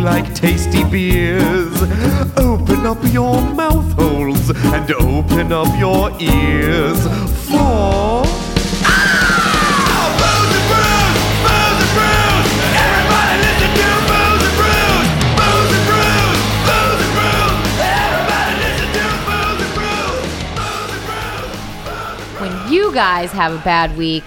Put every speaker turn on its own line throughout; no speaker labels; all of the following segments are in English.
like tasty beers. Open up your mouth holes and open up your ears for.
When you guys have a bad week,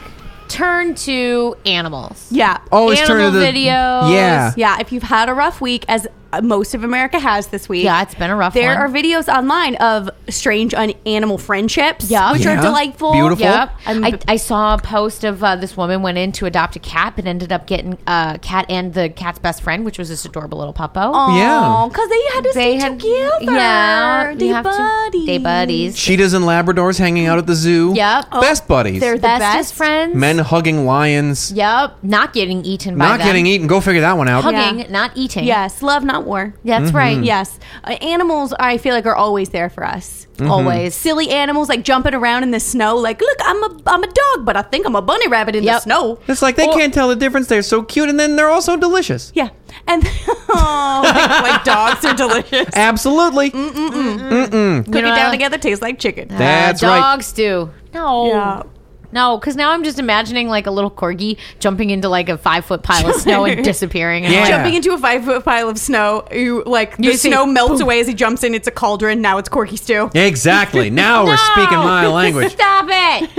turn to animals.
Yeah.
Oh,
Always turn to
Animal
the
videos.
Yeah.
Yeah, if you've had a rough week, as uh, most of America has this week.
Yeah, it's been a rough
There
one.
are videos online of strange un- animal friendships,
Yup.
which
Yeah.
are delightful.
Beautiful.
Yep.
I'm-
I, I saw a post of uh, this woman went in to adopt a cat, but ended up getting a cat and the cat's best friend, which was this adorable little puppo.
Yeah.
because they had to stay together.
Yeah, you
they
have to-
buddies.
they buddies.
Cheetahs and Labradors hanging out at the zoo.
Yep. Oh,
Best buddies.
they're the
Bestest
best.
friends.
Men hugging lions.
Yep. Not getting eaten. by
Not
them.
getting eaten. Go figure that one out.
Hugging,
Yeah.
not eating.
Yes, love not war.
That's right.
Yes, uh, animals. I feel like are always there for us.
Mm-hmm.
Always.
Silly animals like jumping around in the snow. Like, look, I'm a I'm a dog, but I think I'm a bunny rabbit in the
Yep.
snow.
It's like they
Or-
can't tell the difference. They're so cute, and then they're also delicious.
Yeah, and oh, like, like dogs are delicious.
Absolutely.
Cook
know
it down
what?
together, tastes like chicken.
That's
Ah,
uh,
right.
Dogs do. No.
Yeah.
No, because now I'm just imagining like a little corgi jumping into like a five foot pile of snow and disappearing. And I'm
Yeah.
like,
Jumping into a five foot pile of snow, you like the
You see-
snow melts away as he jumps in. It's a cauldron. Now it's Corky stew.
Exactly. Now we're speaking my
"No!
language.
Stop it.
Now I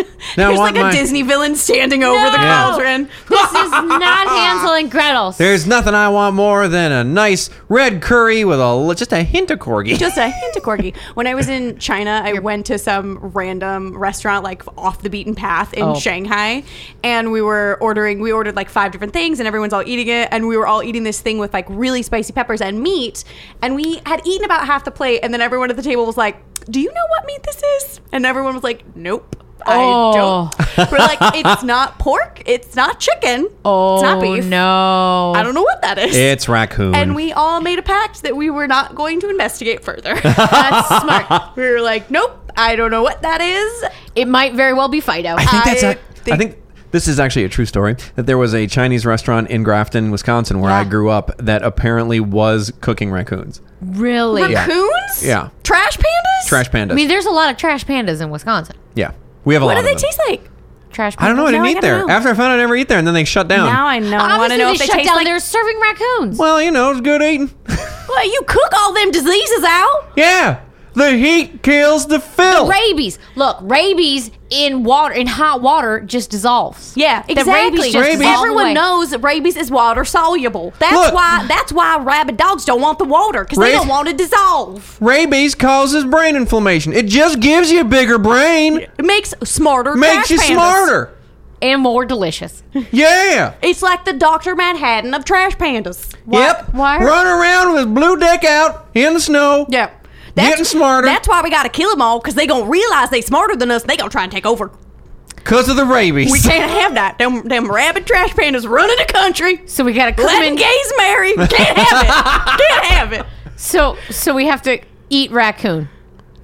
There's
want
like a
my-
Disney villain standing over the
No.
cauldron.
This is not Hansel and Gretel.
There's nothing I want more than a nice red curry with a li- just a hint of corgi.
Just a hint of corgi. When I was in China, I went to some random restaurant, like off the beaten path in
Oh.
Shanghai, and we were ordering. We ordered like five different things, and everyone's all eating it. And we were all eating this thing with like really spicy peppers and meat. And we had eaten about half the plate, and then everyone at the table was like, "Do you know what meat this is?" And everyone was like, "Nope." I
Oh.
don't. We're like, it's not pork. It's not chicken.
oh
it's not beef.
no.
I don't know what that is.
It's raccoon.
and we all made a pact that we were not going to investigate further.
That's smart.
we were like, nope, I don't know what that is.
It might very well be Fido. Uh,
I think that's
I
a. I
think-
think this is actually a true story that there was a Chinese restaurant in Grafton, Wisconsin, where I
Yeah.
grew up that apparently was cooking raccoons,
really.
Raccoons?
Yeah.
Trash pandas?
trash pandas.
I mean, there's a lot of trash pandas in Wisconsin.
yeah, we have a
What
lot
do they
of them.
taste like?
Trash. Pandas.
I don't know. I didn't
No, I
eat
gotta
there.
know.
After I found out I never eat there, and then they shut down.
Now I know. I want
Obviously,
to know
they
if they
shut
taste
down.
like.
They're serving raccoons.
Well, you know, it's good eating.
Well, you cook all them diseases out.
yeah, the heat kills the filth.
rabies. Look, rabies in water, in hot water, just dissolves.
Yeah,
The
exactly.
rabies just
Rabies.
dissolve
Everyone
away.
knows that rabies is water soluble. That's
Look.
why. That's why rabid dogs don't want the water because they
Rabi-
don't want to dissolve.
Rabies causes brain inflammation. It just gives you a bigger brain.
It makes smarter.
Makes
trash
you
pandas.
smarter.
and more delicious.
Yeah.
It's like the Doctor Manhattan of trash pandas.
Yep.
why are-
Run around with blue dick out in the snow.
Yeah.
Getting smarter.
That's why we gotta kill them all, because they gonna realize they smarter than us. They gonna try and take over.
Because of the rabies.
We can't have that. Them, them rabid trash pandas running the country.
So we gotta come
Letting
in.
gays marry. Can't have it. Can't have it.
So so we have to eat raccoon.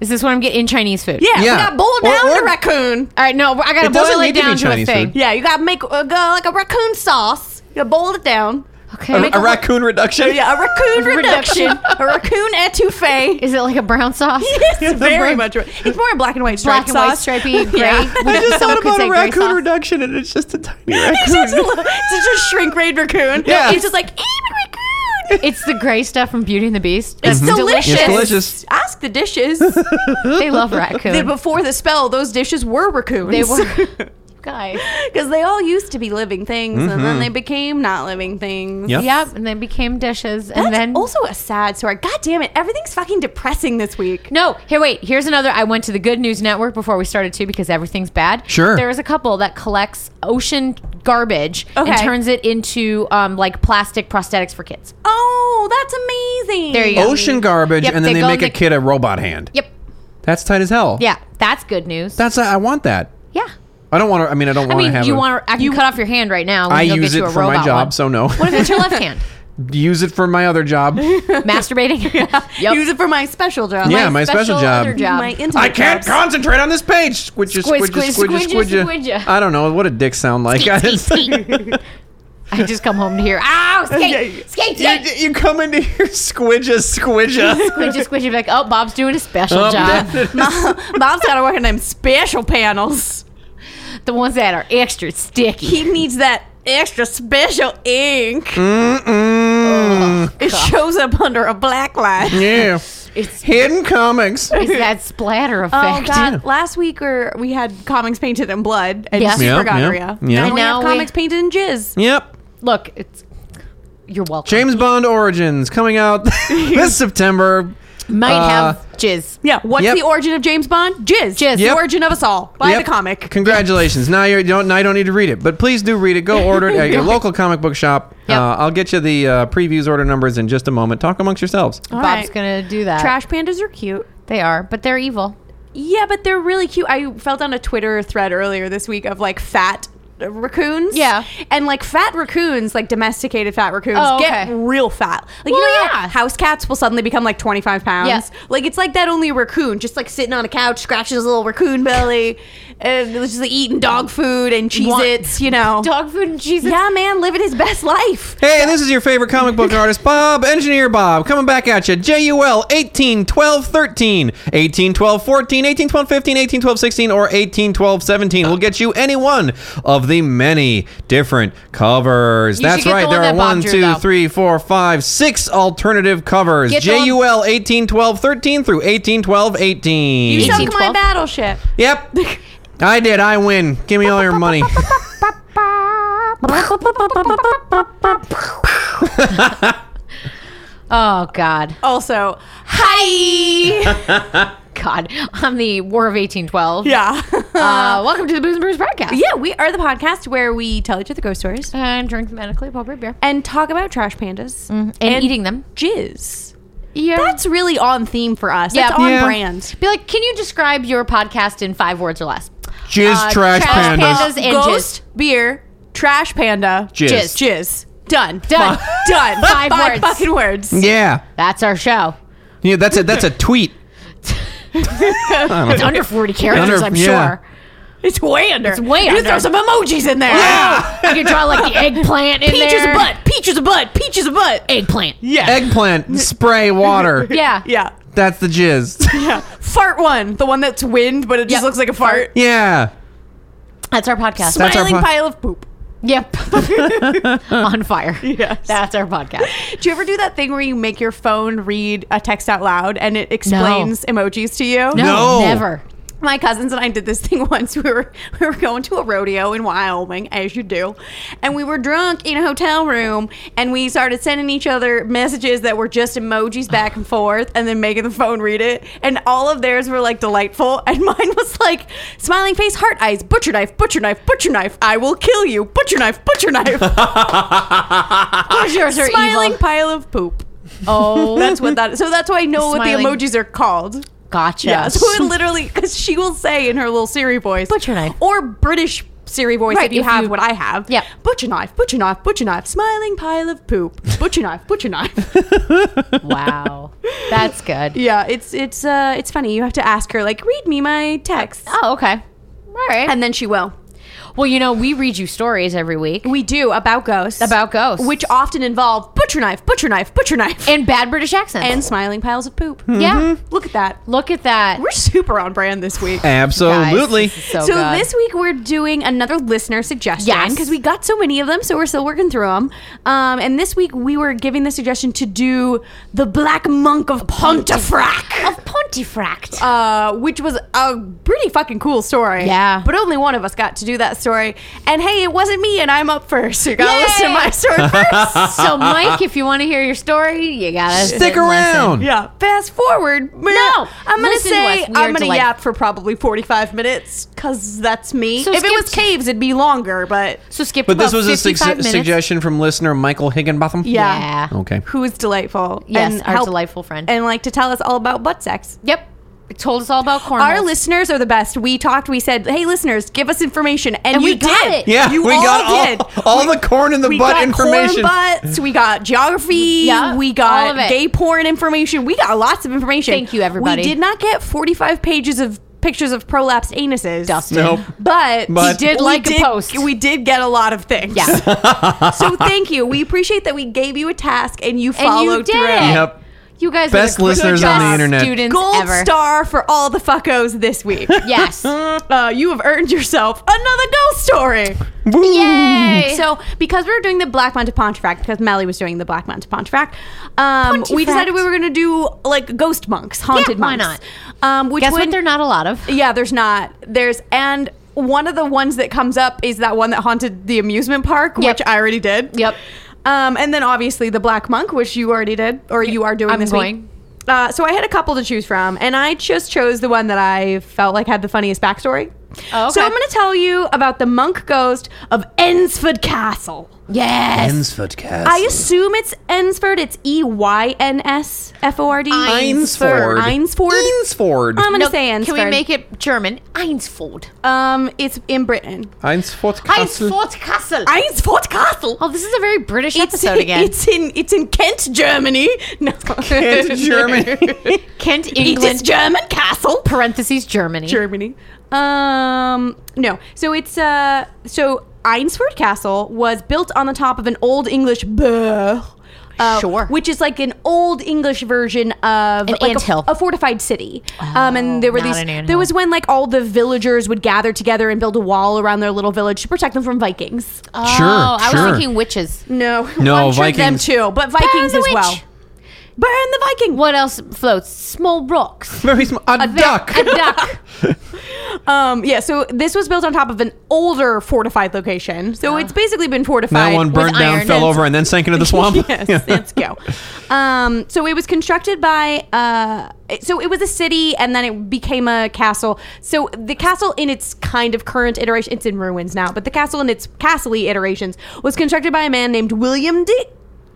Is this what I'm getting in Chinese food?
Yeah,
Yeah.
we got boiled
Or-
down
or-
to raccoon.
All right. No, I gotta
It doesn't
boil it
need to be
down to, a
Chinese
thing.
food.
Yeah, you gotta make uh, go like a raccoon sauce. You gotta boil it down.
Okay.
a, a raccoon reduction.
Yeah, a raccoon
Reduction.
reduction. a raccoon etouffee.
Is it like a brown sauce?
Yes, very
brown-
much. It's more in black and white
Black
striped
and white,
sauce.
stripy, gray.
Yeah.
Would- someone could say gray sauce.
reduction, and it's just a tiny
It's just a little- it's just a shrink grade raccoon.
Yeah.
It's just like, "I'm a raccoon.
It's the gray stuff from Beauty and the Beast.
It's
Mm-hmm.
Mhm.
delicious.
It's delicious.
Mm-hmm. Ask the dishes.
They love
They-
raccoon.
before the spell, those dishes were raccoons.
They were- Guys.
Because they all used to be living things, and then they became not living things.
Mm-hmm. Yep.
Yep. And they became dishes.
That's
and then
also a sad story. God damn it. Everything's fucking depressing this week.
No, here, wait. Here's another. I went to the Good News Network before we started too because everything's bad.
Sure.
There is a couple that collects ocean garbage and
Okay.
turns it into um, like plastic prosthetics for kids.
Oh, that's amazing.
There you go.
Ocean garbage,
Yep,
and then
they
they,
go and
make a
they-
kid a robot hand.
Yep.
That's tight as hell.
Yeah. That's good news.
That's. I want that.
yeah.
I don't want to. I mean, I don't
I
want to
mean,
have.
you
a-
want to? I can cut off your hand right now.
I
and you'll
use
get you
it
a
for my
robot
job,
one.
so no.
What if it's your left hand?
Use it for my other job.
Masturbating. yep.
Oh, Use it for my special job.
Yeah, my special job.
other
My intimate
I can't
jobs.
concentrate on this page. Squidja,
Squid,
squidja,
squid,
squidja,
squidja,
squidja.
squidja.
I don't know what a dick sound like. I just-
Skeet, skeet. I just come home to hear, ow,
Yeah,
skate, skate, skate.
You, you come into here, squidja, squidja.
Squidgy, squidgy, like, oh, Bob's doing a special
Oh,
job.
Mom's got to work on them special panels.
The ones that are extra sticky.
He needs that extra special ink.
Oh.
Mm,
It shows up under a black light.
yeah.
It's,
Hidden comics.
it's that splatter
Oh
effect.
God! Last week or we had comics painted in blood and
Yeah.
super
Yeah,
gonorrhea.
yeah, yeah.
Now
And
we
now
have
we-
comics painted in jizz.
Yep.
Look, it's you're welcome.
James Bond Origins coming out this September.
Might
Uh,
have jizz.
Yeah. What's
Yep.
the origin of James Bond? Jizz.
Jizz.
The
Yep.
origin of us all by
Yep.
the comic.
Congratulations. Now you don't. Now you don't need to read it, but please do read it. Go order it at your local comic book shop.
Yep.
Uh, I'll get you the uh, previews order numbers in just a moment. Talk amongst yourselves.
All
Bob's
right.
gonna do that.
Trash pandas are cute.
They are, but they're evil.
Yeah, but they're really cute. I fell down a Twitter thread earlier this week of like fat raccoons.
Yeah.
And like fat raccoons, like domesticated fat raccoons,
Oh,
get
okay.
real fat. Like, you
Well,
know,
yeah.
yeah. house cats will suddenly become like 25 pounds.
Yeah.
Like, it's like that only a raccoon, just like sitting on a couch, scratching his little raccoon belly, and just like eating dog food and Cheez Its, you know.
Dog food and cheese.
yeah, man, living his best life.
Hey, and this is your favorite comic book artist, Bob, Engineer Bob, coming back at you. JUL 18, 12, 13, 18, 12, 14, 18, 12, 15, 18, 12, 16, or 18, 12, 17. We'll get you any one of the many different covers.
You should
That's
get the
right.
one
there are
that Bob
one,
drew,
two,
though.
three, four, five, six alternative covers.
Get the one-
JUL 18, 12, 13 through 18, 12, 18.
You
Eighteen,
sunk my
twelve.
battleship.
Yep. I did. I win. Give me all your money.
Oh God,
Also, hi.
God! I'm the War of 1812.
yeah.
Uh, welcome to the Booze and Brews podcast.
yeah, we are the podcast where we tell each other ghost stories.
And drink medically appropriate beer
and talk about trash pandas
and, eating them.
jizz.
Mm. Yeah.
That's really on theme for us.
Yeah.
That's on
Yeah.
brand.
Be like, can you describe your podcast in five words or less?
Jizz,
Uh,
trash,
trash
pandas.
pandas. and
Ghost, beer, trash panda,
Jizz.
jizz. Done.
Done.
Done.
Five words.
fucking words.
Yeah.
That's our show.
Yeah, that's a that's a tweet.
It's under 40 characters,
Under-
I'm
yeah.
sure.
It's way under. It's
way
You
under.
throw some emojis in there.
You can draw like the eggplant in
Peach is
there.
a butt. Peach is a butt. Peach is a butt.
Eggplant.
Yeah.
Eggplant spray water.
Yeah.
yeah.
That's the jizz.
Yeah. Fart one. The one that's wind, but it just
Yeah.
looks like a fart.
Yeah.
That's our podcast.
That's our
Smiling
po-
pile of poop.
Yep. On fire.
Yes.
That's our podcast.
Do you ever do that thing where you make your phone read a text out loud and it explains emojis to you?
No.
Never.
My cousins and I did this thing once. We were we were going to a rodeo in Wyoming, as you do, and we were drunk in a hotel room, and we started sending each other messages that were just emojis back and forth, and then making the phone read it. And all of theirs were like delightful, and mine was like smiling face, heart eyes, butcher knife, butcher knife, butcher knife. I will kill you, butcher knife, butcher knife.
All yours are
smiling
evil.
pile of poop.
Oh,
That's what that. So that's why I know
Smiling.
what the emojis are called.
gotcha.
Yeah. So it literally, because she will say in her little Siri voice,
Butcher knife.
or British Siri voice
Right,
if you
if
have
you-
what I have.
Yeah.
Butcher knife, butcher knife, butcher knife, smiling pile of poop. Butcher knife, butcher knife.
Wow. That's good.
yeah, it's it's uh it's funny. You have to ask her like, read me my text,
Oh, okay. All right.
and then she will.
well, you know, we read you stories every week
We do about ghosts,
about ghosts,
which often involve butcher knife, butcher knife, butcher knife,
and bad British accents.
and Mm-hmm. smiling piles of poop.
yeah,
Look at that.
look at that.
We're super on brand this week.
Absolutely.
Guys, this is so,
so
good.
this week we're doing another listener suggestion
Oh, Yes.
because we got so many of them, so we're still working through them. Um, and this week we were giving the suggestion to do the Black Monk of Pontefract,
of Pontefract.
uh, which was a pretty fucking cool story.
Yeah.
but only one of us got to do that story. And hey, it wasn't me, and I'm up first. So you gotta
Yay!
listen to my story first.
Uh, so Mike, if you want to hear your story, you gotta sit
Stick
and listen.
around.
yeah, fast forward. No, I'm gonna
listen to
say
us.
I'm
We are
gonna
delightful.
yap for probably 45 minutes because that's me.
So
if it
skip
was
to-
caves, it'd be longer, but.
So skip.
But this was a
six
suge- suggestion from listener Michael Higginbotham.
Yeah.
Yeah.
Okay.
who is delightful.
Yes,
and
our
help-
delightful friend.
And like to tell us all about butt sex.
Yep. It told us all about corn.
Our listeners are the best. We talked, we said, hey, listeners, give us information. And,
And
you
we got
did.
it.
Yeah,
You
we
all
got all,
did.
all the corn in the
we
butt
got
information.
corn butts. We got geography.
Yeah,
we
all of
got
it.
gay porn information. We got lots of information.
Thank you, everybody.
We did not get 45 pages of pictures of prolapsed anuses.
Dustin.
Nope.
But,
But-
He did
we
like a post.
We did get a lot of things.
Yeah.
so thank you. We appreciate that we gave you a task and you
And
followed
you did
through.
it.
Yep.
You guys
Best
are the
listeners
on the
best
internet.
Students
Gold
ever.
star for all the fuckos this week.
Yes.
uh, you have earned yourself another ghost story.
Yay.
So, because we were doing the Black Manta Pontefract, because Mally was doing the Black Manta Pontefract, um, we
Pontefract.
decided we were going to do like ghost monks, haunted
Yeah, why
monks. not? Um, which
guess what?
would-
They're not a lot of.
Yeah, there's not. There's and one of the ones that comes up is that one that haunted the amusement park,
Yep.
which I already did.
Yep.
Um, and then obviously the Black Monk, which you already did, or you are doing
I'm
this week.
going.
Uh, so I had a couple to choose from, and I just chose the one that I felt like had the funniest backstory.
Oh,
So
okay.
I'm going to tell you about the monk ghost of Ensford Castle.
Yes.
Ensford Castle.
I assume it's Ensford. It's E Y N S F O R D.
Einsford.
Einsford. Um,
Einsford.
I'm going to
No,
say Ensford.
Can we make Uh, it German? Einsford.
Um, it's in Britain.
Einsford Castle.
Einsford Castle.
Einsford Castle.
oh, this is a very British
It's
episode again.
it's in it's in Kent, Germany. No,
Kent, Germany.
Kent,
It is
England,
German castle.
parentheses, Germany.
Germany. Um, no. So it's uh, so Einsford Castle was built on the top of an old English burgh. uh,
Sure.
Which is like an old English version of
An
like a,
anthill. Oh,
a fortified city. um, and there were
not
these.
an anthill.
there was when like all the villagers would gather together and build a wall around their little village to protect them from Vikings.
Oh,
Sure,
I
sure.
was thinking witches.
No,
No,
I'm sure them
Vikings.
too, but Vikings
the
as well.
witch.
Burn the Viking.
What else floats? Small rocks.
Very small. A, duck.
A duck.
Um, yeah, so this was built on top of an older fortified location, so it's basically been fortified.
That one
with
burned down,
iron.
fell over, and then sank into the swamp.
yes, let's go. Um, so it was constructed by. Uh, it- so it was a city, and then it became a castle. So the castle, in its kind of current iteration, it's in ruins now. But the castle, in its castle-y iterations, was constructed by a man named William D.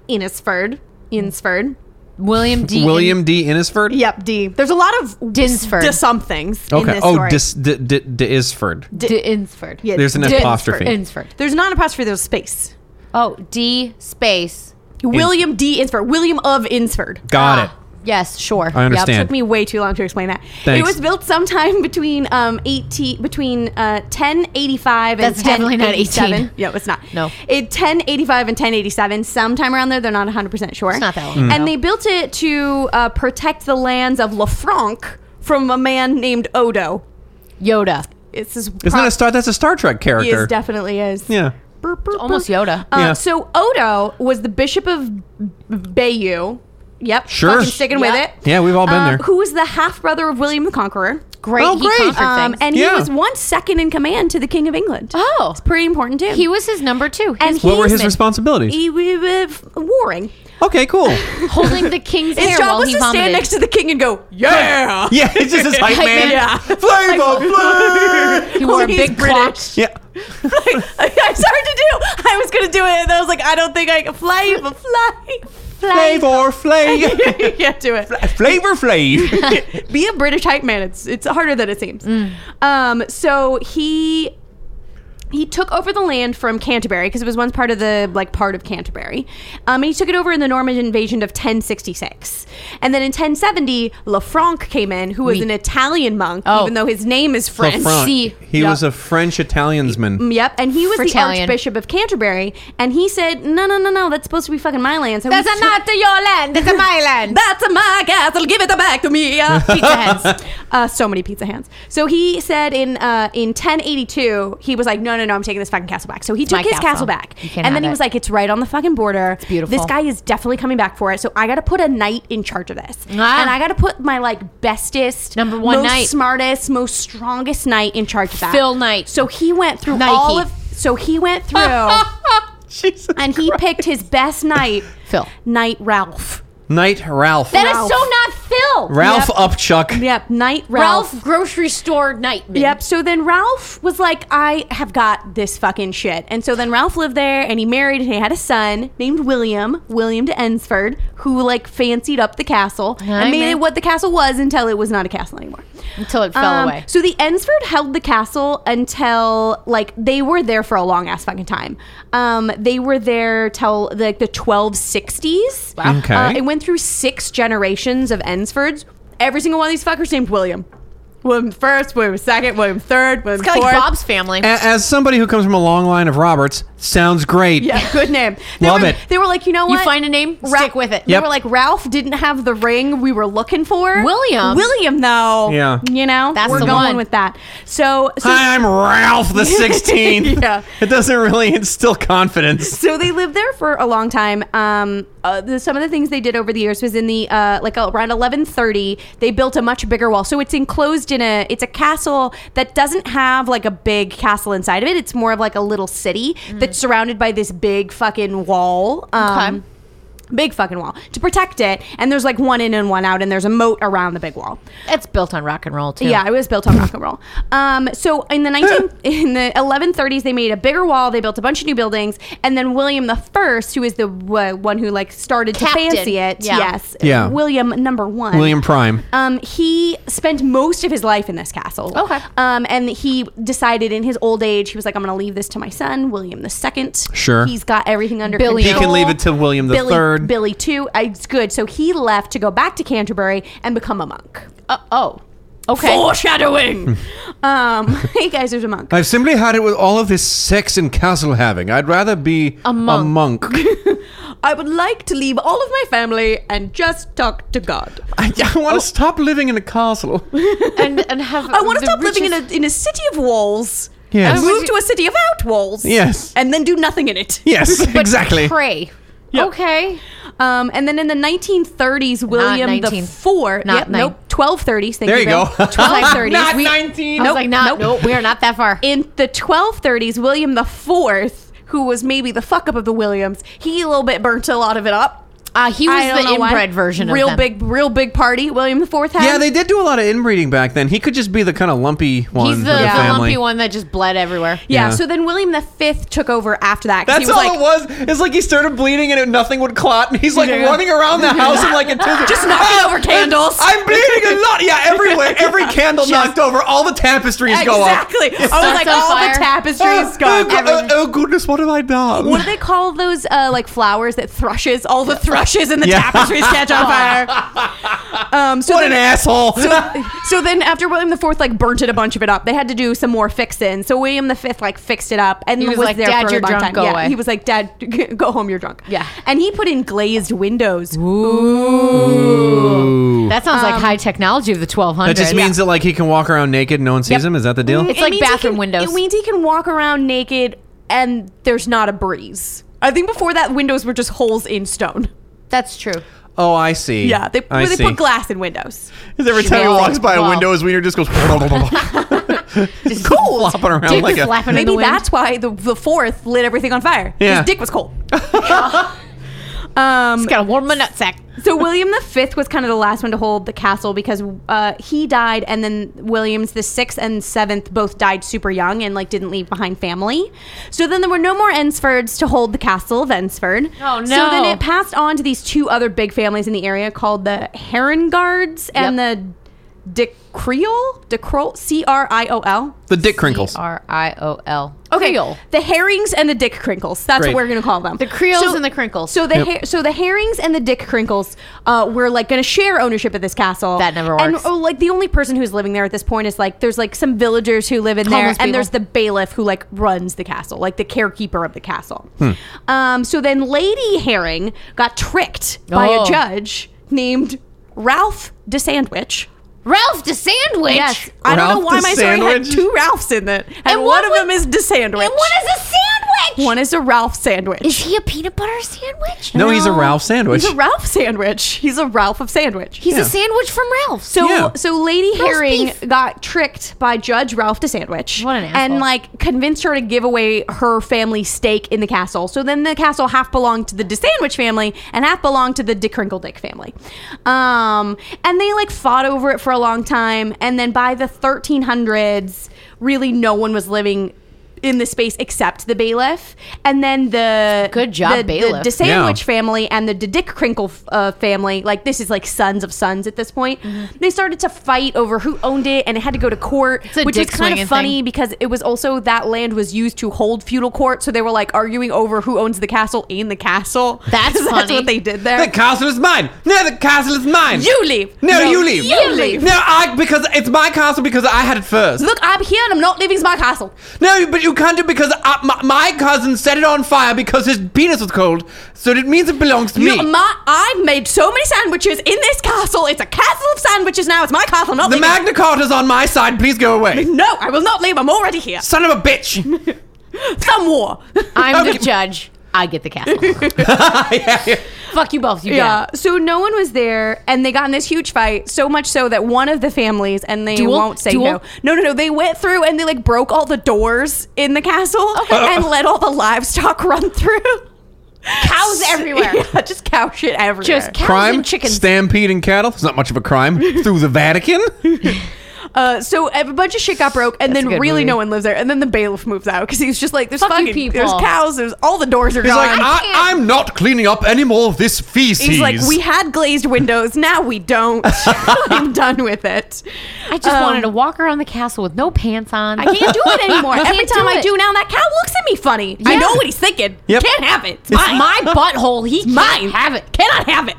Innisford. Innisford.
William D.
William D. Innisford.
Yep, D. There's a lot of
Dinsford.
D somethings. In
Okay.
this
Oh,
story.
dis, d, d, d, Isford.
D. Insford.
Yeah,
There's an
Dinsford.
apostrophe.
Insford.
There's not an apostrophe. There's space.
Oh, D space.
William D. Insford. William of Insford.
Got
Ah, Yes, sure.
I understand.
Took me way too long to explain that.
Thanks.
It was built sometime between um eighteen between uh ten eighty five and
That's definitely not
1087.
18.
No, it's not.
No.
it ten eighty five and ten eighty seven. Sometime around there, they're not one hundred percent sure.
It's not that long ago.
And they built it to uh, protect the lands of Lafranc from a man named Odo.
Yep. Yoda.
It's his.
It's not a star. That's a Star Trek
He is
character.
definitely is.
yeah.
Burp, burp,
Almost
burp.
Yoda.
Uh,
Yeah.
So Odo was the bishop of B- Bayeux. Yep.
Sure.
Fucking sticking
Yep.
with it. Uh,
Yeah, we've all been there.
Who was the half brother of William the Conqueror?
Great.
Oh,
he
great.
conquered
Um,
things.
and
Yeah.
he was once second in command to the King of England.
Oh.
it's pretty important too.
he was his number two.
And
He's
he-
What were his
Heisman.
responsibilities?
he, we were f- warring.
okay. Cool.
holding the king's
His
hair
job
while
was
he
to
vomited.
stand next to the king and go, "Yeah,
yeah. It's just his hype
Hype
man.
man.
yeah."
Flame of flame.
he wore a
He's
big clock.
British.
Yeah.
Like, I'm sorry to do. I was gonna do it, and I was like, I don't think I can fly, but fly, fly.
Flavor flay.
you can't do it.
Flavor flay.
be a British hype man. It's it's harder than it seems.
Mm.
Um, so he he took over the land from Canterbury because it was once part of the like part of Canterbury, um, and he took it over in the Norman invasion of 1066, and then in 1070 Lafranc came in, who was
Oui.
an Italian monk,
Oh.
even though his name is French.
Lafranc.
See.
He
Yeah. Mm.
was a French Italiansman.
Yep, and he was the
Fritalian.
Archbishop of Canterbury, and he said, "No, no, no, no, that's supposed to be fucking my land." So we
That's
took-
not to your land. That's my land.
That's my castle. Give it back to me.
Pizza heads.
uh, so many pizza hands. So he said in uh, in 1082, he was like, no, no, no, I'm taking this fucking castle back. So he took
my
his castle,
castle.
back,
You can't
and then
have
he
it.
was like, it's right on the fucking border. It's
beautiful.
This guy is definitely coming back for it. So I got to put a knight in charge of this,
Ah.
and I got to put my like bestest,
Number one
most
knight.
smartest, most strongest knight in charge of that.
Phil Knight.
So he went through
Nike.
all of. So he went through,
Jesus.
and he picked his best knight,
Phil.
Knight Ralph.
Knight Ralph.
That is
Ralph.
so not Phil.
Ralph
Yep.
Upchuck.
Yep, Knight
Ralph, grocery store nightman.
Yep. So then Ralph was like, I have got this fucking shit. And so then Ralph lived there and he married and he had a son named William, William de Ensford, who like fancied up the castle and
Aye,
made
man.
it what the castle was until it was not a castle anymore.
Until it fell
Um,
away.
So the Ensford held the castle until like they were there for a long ass fucking time. Um, they were there till like the 1260s.
Wow.
Okay.
Uh, it went through six generations of Ensfords. Every single one of these fuckers named William. William first, William second, William third, William
It's kind of
fourth.
like Bob's family.
A- As somebody who comes from a long line of Roberts, sounds great.
Yeah, good name. They
Love
were,
it.
They were like, you know
You
what?
find a name, stick with it.
They
Yep.
were like, Ralph didn't have the ring we were looking for.
William.
William, though.
Yeah.
You know,
That's
we're
the
going
one.
with that. So, so
Hi, I'm Ralph the 16th.
Yeah.
It doesn't really instill confidence.
so they lived there for a long time. Um, uh, the, some of the things they did over the years was in the uh, like around 1130, they built a much bigger wall. So it's enclosed in a it's a castle that doesn't have like a big castle inside of it. It's more of like a little city that's surrounded by this big fucking wall. Um,
Okay.
Big fucking wall to protect it, and there's like one in and one out, and there's a moat around the big wall.
It's built on rock and roll too.
Yeah, it was built on rock and roll. Um, so in the 19 in the 1130s, they made a bigger wall. They built a bunch of new buildings, and then William the First, who is the uh, one who like started
Captain.
to fancy it.
Yeah.
Yes,
Yeah.
William number one.
William Prime.
Um, he spent most of his life in this castle.
Okay.
Um, and he decided in his old age, he was like, I'm going to leave this to my son, William the Second.
Sure.
He's got everything under
Billy.
He
He
control.
can leave it to William the
Billy,
Third.
Billy too. Uh, It's good. So he left to go back to Canterbury and become a monk.
Uh, oh. Okay.
Foreshadowing. um, hey guys, there's a monk.
I've simply had it with all of this sex and castle having. I'd rather be a
monk.
I would like to leave all of my family and just talk to God.
I, want to stop living in a castle.
And and have
I want to
the
stop living in
richest-
a in a city of walls.
Yes.
And move to a city without walls.
Yes.
And then do nothing in it.
Yes,
but
exactly.
Pray. Okay.
Um, and then in the 1930s, William
19.
the Fourth,
Not
yep,
nine.
nope, 1230s. Thank
There you
Bill.
go.
1230s.
Not
We-
19.
I was
Nope,
like, not,
nope.
nope, we are not that far.
in the 1230s, William the Fourth, who was maybe the fuck up of the Williams, he a little bit burnt a lot of it up.
Uh, he was
I don't
the
know why.
inbred version
real
of them.
big, real big party. William the Fourth had.
yeah, they did do a lot of inbreeding back then. He could just be the kind of lumpy one.
He's
of
the, the
family.
lumpy one that just bled everywhere.
Yeah,
Yeah.
So then William the Fifth took over after that. 'cause
That's all
like,
it was. It's like he started bleeding and it, nothing would clot, and he's like
Yeah.
running around the house and like a tizzy.
Just knocking
"Ah,
over candles."
I'm bleeding a lot. Yeah, everywhere. Every candle
Just-
knocked over. All the tapestries go up.
Exactly. I was
Starts
like,
on
all
fire.
the tapestries
Oh,
gone.
go-
Everything.
oh, oh, goodness, what have I done?
What do they call those uh, like flowers that thrushes? All the thrushes and the
Yeah.
tapestries catch on fire. Um, so
What
then,
an asshole.
so then after William the Fourth like burnt it a bunch of it up, they had to do some more fixing. So William the Fifth like fixed it up and
He was like,
there
"Dad,
for a
you're
long
drunk,
time.
go
yeah,
away.
He was like, Dad, go home. You're drunk.
Yeah.
and he put in glazed windows.
That sounds like high technology of the 1200s.
that just means that like he can walk around naked, no one sees
Yep.
him. Is that the deal?
It's like
means he
bathroom
can-
windows.
It means he can walk around naked and there's not a breeze. I think before that, windows were just holes in stone.
That's true.
Oh, I see.
Yeah, they,
I
where they
see.
put glass in windows.
Every time he
Well,
walks by a
well.
window, his wiener just goes
Just
flopping around
Dick
like a.
flapping in
Maybe
the wind.
that's why the, the fourth lit everything on fire.
Yeah.
His dick was cold. um,
It's gotta warm my nutsack.
so William the Fifth was kind of the last one to hold the castle because uh, he died, and then Williams the Sixth and Seventh both died super young and like didn't leave behind family. So then there were no more Ensfords to hold the castle of Ensford.
Oh,
So then
no.
it passed on to these two other big families in the area called the Heron Guards and the De Creole, De Crol, C R I O L.
The dick crinkles.
R I O L.
Okay,
Creole.
the herrings and the dick crinkles. That's
Great.
what we're gonna call them.
The Creoles and the crinkles.
So the
Yep.
her- so the herrings and the dick crinkles uh, were like gonna share ownership of this castle.
That never
And
works.
oh, like the only person who's living there at this point is like there's like some villagers who live in there,
Homeless
and
people.
there's the bailiff who like runs the castle, like the carekeeper of the castle.
Hmm.
Um, so then Lady Herring got tricked by
Oh.
a judge named Ralph De Sandwich.
Ralph the sandwich.
Yes, I don't
Ralph
know why
De
my story had
Sandwich?
two Ralphs in it, and,
And
one
what
of
would-
them is De Sandwich.
And what is a sandwich?
One is a Ralph sandwich.
Is he a peanut butter sandwich?
No, he's a Ralph sandwich.
He's a Ralph sandwich. He's a Ralph of sandwich.
He's
Yeah.
a sandwich from Ralph's.
so
Yeah.
so Lady
Roast
Herring
beef.
got tricked by Judge Ralph DeSandwich.
What an asshole.
And like convinced her to give away her family stake in the castle. So then the castle half belonged to the DeSandwich family and half belonged to the De Crinkle Dick family. Um and they like fought over it for a long time and then by the 1300s really no one was living in the space except the bailiff, and then the
Good job,
the,
bailiff.
the DeSandwich
Yeah.
family and the De Dick Crinkle uh, family. Like this is like sons of sons at this point. They started to fight over who owned it, and it had to go to court,
a
which was
dick
kind
swinging
of funny
thing.
because it was also that land was used to hold feudal court, so they were like arguing over who owns the castle in the castle.
That's
that's
funny.
what they did there.
The castle is mine. No, the castle is mine.
You leave.
No, you leave.
You leave.
No, I because it's my castle because I had it first.
Look, I'm here and I'm not leaving my castle.
No, but you can't do because I, my, my cousin set it on fire because his penis was cold. So it means it belongs to me.
You, my, I made so many sandwiches in this castle. It's a castle of sandwiches now. It's my castle. I'm not
the
leaving.
Magna Carta's on my side. Please go away.
no, I will not leave. I'm already here.
Son of a bitch.
Some war.
I'm
Okay.
the judge. I get the castle.
yeah, yeah.
Fuck you both. You
yeah.
yeah.
So no one was there, and they got in this huge fight. So much so that one of the families, and they
Duel?
won't say
Duel?
no. No, no, no. They went through and they like broke all the doors in the castle and let all the livestock run through.
Cows everywhere.
Yeah, just cow shit everywhere.
Just cows
Crime,
and chickens.
stampeding cattle. It's not much of a crime. Through the Vatican.
Uh, so a bunch of shit got broke, and
That's a
then
good
really
movie.
no one lives there. And then the bailiff moves out because he's just like, "There's
Fuck you
fucking
people.
there's cows, there's all the doors are
He's
gone."
like, I, I'm not cleaning up any more of this
"Ah,
feces.
he's like, "We had glazed windows, now we don't. I'm done with it.
I just wanted to walk around the castle with no pants on.
I can't do it anymore.
I
Every
can't
time
do
I
it.
do now, that cow looks at me funny. I
Yeah.
know what he's thinking.
Yep.
Can't have it. It's
It's
mine.
my butthole. He can't
mine.
have it.
Cannot have it."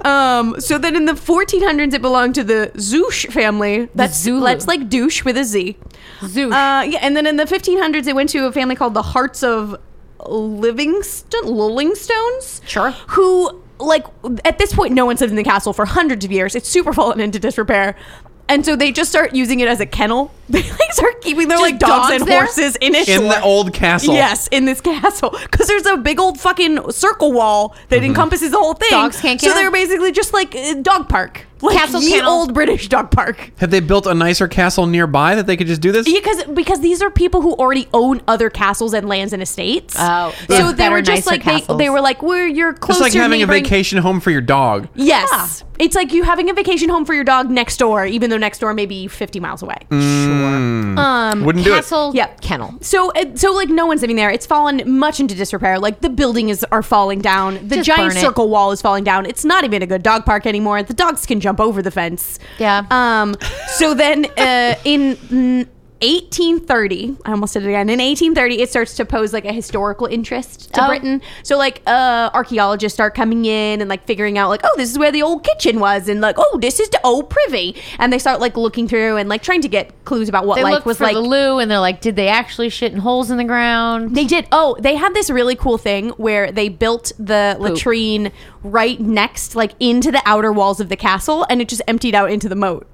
Um, so then in the 1400s, it belonged to the Zoosh family. That's
Zulu.
Let's like douche with a Z.
Zeus.
Uh, yeah, and then in the 1500s, it went to a family called the Hearts of Livingston, Lillingstones.
Sure.
Who, like, at this point, no one's lived in the castle for hundreds of years. It's super fallen into disrepair. And so they just start using it as a kennel. They like start keeping their
Just
like dogs,
dogs
and
there?
horses in it.
in the old castle.
Yes, in this castle, because there's a big old fucking circle wall that
Mm-hmm.
encompasses the whole thing.
Dogs can't
So
get in?
they're basically just like a dog park, like
Castle
ye
kennel.
old British dog park.
Have they built a nicer castle nearby that they could just do this?
because because these are people who already own other castles and lands and estates.
Oh, yeah.
so they
Better,
were just
nicer
like they,
castles.
they were like we're your
It's
closer
like having a
neighboring-
vacation home for your dog.
Yes, it's like you having a vacation home for your dog next door, even though next door may be fifty miles away.
Mm. Wouldn't
castle.
Yep.
Kennel.
So it, so like no one's living there. It's fallen much into disrepair. Like the buildings are falling down. The
Just
giant
burn it.
circle wall is falling down. It's not even a good dog park anymore. The dogs can jump over the fence.
Yeah.
Um. So then uh, in. mm, 1830 i almost said it again in 1830 it starts to pose like a historical interest to
Oh.
britain so like uh archaeologists start coming in and like figuring out like oh this is where the old kitchen was and like oh this is the old privy and they start like looking through and like trying to get clues about what
They
like
looked
was
for
like
the loo, and they're like, did they actually shit in holes in the ground?
They did. Oh, they had this really cool thing where they built the latrine right next, like into the outer walls of the castle, and it just emptied out into the moat.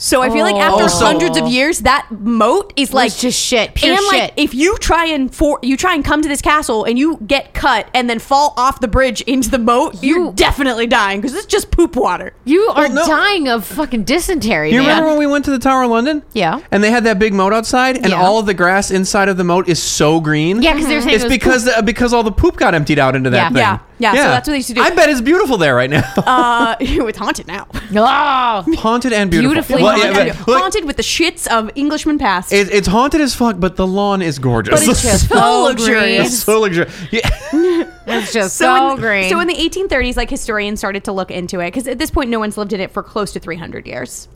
So I feel like after
Oh. So-
hundreds of years, that moat is like
just shit, pure
and like
shit.
if you try and for you try and come to this castle and you get cut and then fall off the bridge into the moat, you, are
You-
definitely dying because it's just poop water.
You are
Oh, no.
dying of fucking dysentery,
You
man.
remember when we went to the Tower of London?
Yeah.
And they had that big moat outside, and
Yeah.
all of the grass inside of the moat is so green.
Yeah, 'cause they were saying
it's
it was
because uh, because all the poop got emptied out into that
Yeah.
thing.
Yeah. Yeah, so that's what they used to do.
I bet it's beautiful there right now.
Uh, it's haunted now.
Oh,
haunted and beautiful.
Beautifully
yeah,
haunted.
but look,
haunted with the shits of Englishman past.
it- it's haunted as fuck, but the lawn is gorgeous.
but it's just
So
so
luxurious.
luxurious.
It's so luxurious. Yeah.
It's just so,
so, in,
green.
so in the 1830s like historians started to look into it because at this point no one's lived in it for close to 300 years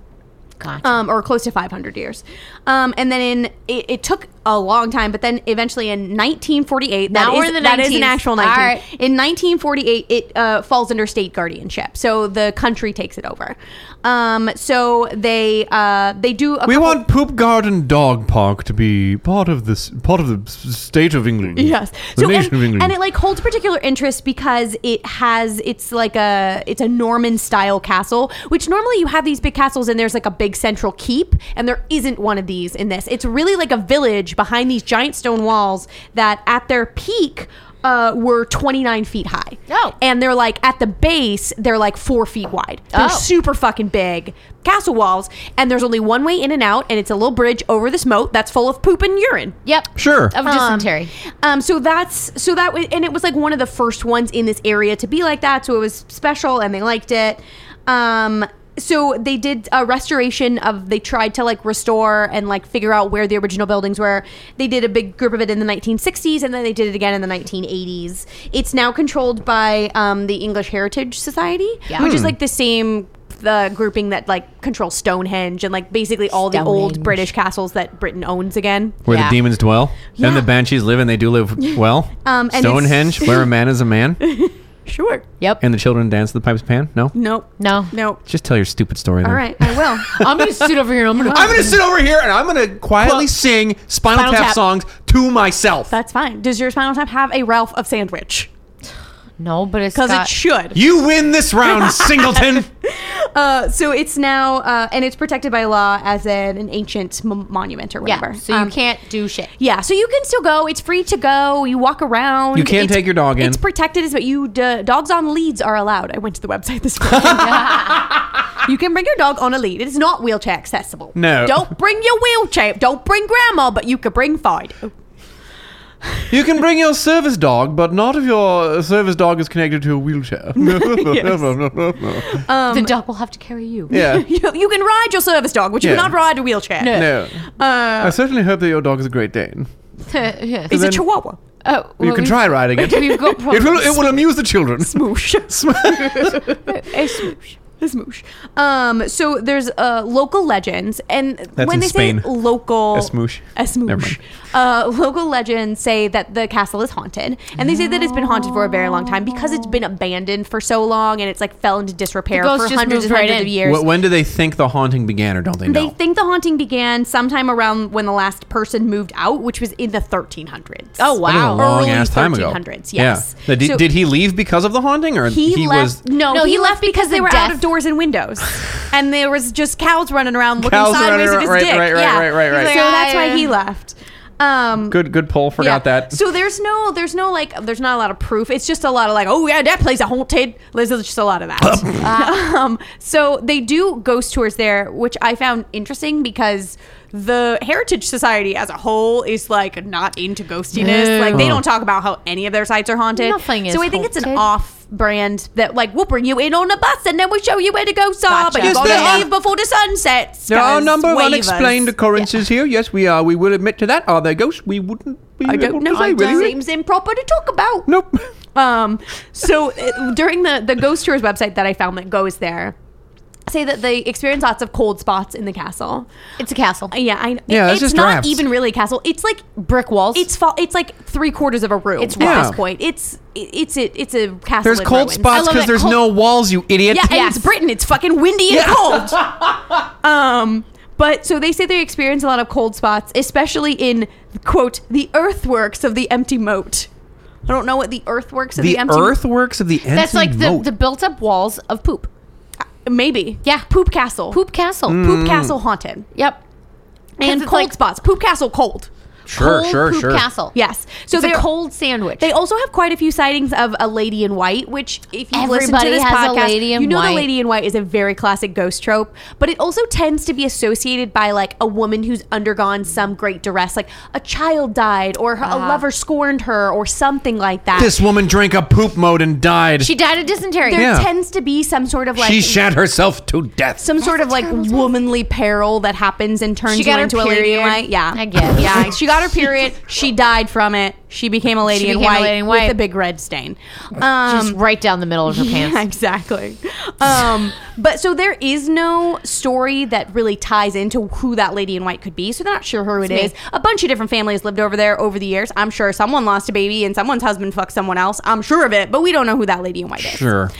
Gotcha.
um, or close to 500 years um, and then in it, it took a long time but then eventually in 1948
Now
that
we're
is-
in the
that is
19s.
an actual
All
19
right.
in 1948 it uh, falls under state guardianship so the country takes it over um, so they uh, they do a
We
couple-
want Poop Garden Dog Park to be part of this part of the s- state of England.
Yes.
Mm-hmm. The nation
and,
of England.
and it like holds particular interest because it has it's like a it's a Norman style castle, which normally you have these big castles and there's like a big central keep, and there isn't one of these in this. It's really like a village behind these giant stone walls that at their peak uh, were 29 feet high.
Oh.
And they're like at the base, they're like four feet wide. They're
Oh.
super fucking big castle walls. And there's only one way in and out, and it's a little bridge over this moat that's full of poop and urine.
yep.
Sure.
Of dysentery.
Um, so that's so that was, and it was like one of the first ones in this area to be like that. So it was special, and they liked it. Um, so they did a restoration of they tried to like restore and like figure out where the original buildings were they did a big group of it in the 1960s and then they did it again in the 1980s it's now controlled by um, the english heritage society
Yeah. Hmm.
which is like the same the grouping that like controls stonehenge and like basically all the old
Stonehenge.
british castles that britain owns again
Where
Yeah.
the demons dwell and
Yeah.
the banshees live, and they do live well.
Um, and it's-
Stonehenge, where a man is a man,
sure
Yep.
and the children dance to the pipes of pan. No,
nope
No.
nope
just tell your stupid story. Then.
all right i will
I'm gonna sit over here. and I'm gonna.
I'm gonna sit over here and I'm gonna quietly
Well,
sing Spinal,
Spinal
Tap,
Tap.
songs to myself.
that's fine does your spinal tap have a ralph of sandwich
No, but it's
because it
got-
should
you win this round, Singleton.
Uh, so it's now uh, and it's protected by law as an, an ancient m- monument or whatever.
yeah. So you
Um,
can't do shit.
Yeah, so you can still go. It's free to go. You walk around.
You can
It's-
take your dog in.
It's protected, but you d- dogs on leads are allowed. I went to the website this morning. you can bring your dog on a lead. It is not wheelchair accessible.
No.
don't bring your wheelchair. Don't bring grandma, but you could bring Fido.
you can bring your service dog, but not if your service dog is connected to a wheelchair.
the dog will have to carry you.
um, yeah.
You, you can ride your service dog, but you
Yeah.
cannot ride a wheelchair. Uh,
No.
No. I certainly hope that your dog is a Great Dane.
yes.
He's a
then-
chihuahua.
Oh,
You
well,
can
we've-
try riding it. It
We've got
will, it will amuse the children.
Moosh.
a smoosh.
Smoosh. Um, so there's uh, local legends, and when
in
they
Spain.
say local
A smoosh.
a
Never
smoosh, uh,
mind.
local legends say that the castle is haunted, and they say that it's been haunted for a very long time because it's been abandoned for so long, and it's like fell into disrepair
The ghost
for
just
hundreds
moved
and
right
hundreds
in.
of years.
Wh- When do they think the haunting began, or don't they
they
know?
think the haunting began sometime around when the last person moved out, which was in the 1300s.
Oh wow.
Or-
long
early
ass time ago.
1300s, yes.
Yeah. Did,
So-
did he leave because of the haunting, or
He, left.
was
no,
No,
he,
he
left,
left
because
because
they
of
were
death.
out of doors and windows, and there was just cows running around looking
Cows are running
sideways at
around-
his
right,
dick.
right, right,
yeah.
right, right,
He's
right.
like, So that's why he left. Um,
good? Good pull. Forgot
yeah.
that.
So there's no, there's no like, there's not a lot of proof. It's just a lot of like, oh yeah, that place is haunted. There's just a lot of that. um, so they do ghost tours there, which I found interesting because the Heritage Society as a whole is like not into ghostiness.
No.
Like they don't talk about how any of their sites are haunted.
Nothing is
so I think it's an
haunted.
off brand that like we'll bring you in on a bus and then we show you where to go, sir. But
Gotcha.
you
Yes,
there
gotta
are-
leave before the sun sets.
There are a
'cause
number of
wavers."
unexplained occurrences here. Yes, we are. We will admit to that. Are there ghosts? We wouldn't be
I
able
don't know.
to say,
It
really.
seems improper to talk about.
Nope.
Um, so it, during the the ghost tours website that I found that goes there, say that they experience lots of cold spots in the castle.
It's a castle.
Uh, Yeah, I
Yeah,
it-
it's
it's
just
not
drafts.
even really a castle. It's like
Brick walls.
it's fa- it's like three quarters of a room.
It's
at
rough.
this point. It's it, it's a it's a castle.
There's
in
cold
ruins. Oh,
spots
love
because
it.
there's
Cold-
no walls, you idiot.
Yeah, and
Yes.
it's Britain. It's fucking windy and cold. um, but so they say they experience a lot of cold spots, especially in quote the earthworks of the empty moat. I don't know what the earthworks of the,
The
empty
earthworks of the empty
That's like the,
moat.
the built up walls of poop.
Maybe.
Yeah.
Poop castle.
Poop castle.
Mm.
Poop castle haunted.
Yep.
And
it's
cold
like-
spots. Poop castle cold.
sure,
cold
sure,
poop
sure.
Castle.
Yes. So
So
they
it's a
cold.
cold sandwich.
They also have quite a few sightings of a lady in white, which if you listen to
Everybody
this
has a
podcast,
lady in
you know the
white.
lady in white is a very classic ghost trope, but it also tends to be associated by like a woman who's undergone some great duress, like a child died or her, a
Ah.
lover scorned her or something like that.
This woman drank a poop moat and died.
she
She,
died of dysentery.
there
Yeah.
tends to be some sort of like
shat herself to death.
some sort of like womanly peril that happens and turns
She
you
got her
into a lady
period.
in white. Yeah,
I guess.
Yeah, she got her period. She died from it. She became a lady,
She
in,
became a
white
lady in
with
white.
a big red stain. Um,
Just right down the middle of her pants.
yeah, exactly. Um, but so there is no story that really ties into who that lady in white could be. So they're not sure who it
me.
is. A bunch of different families lived over there over the years. I'm sure someone lost a baby and someone's husband fucked someone else. I'm sure of it, but we don't know who that lady in white is.
Sure.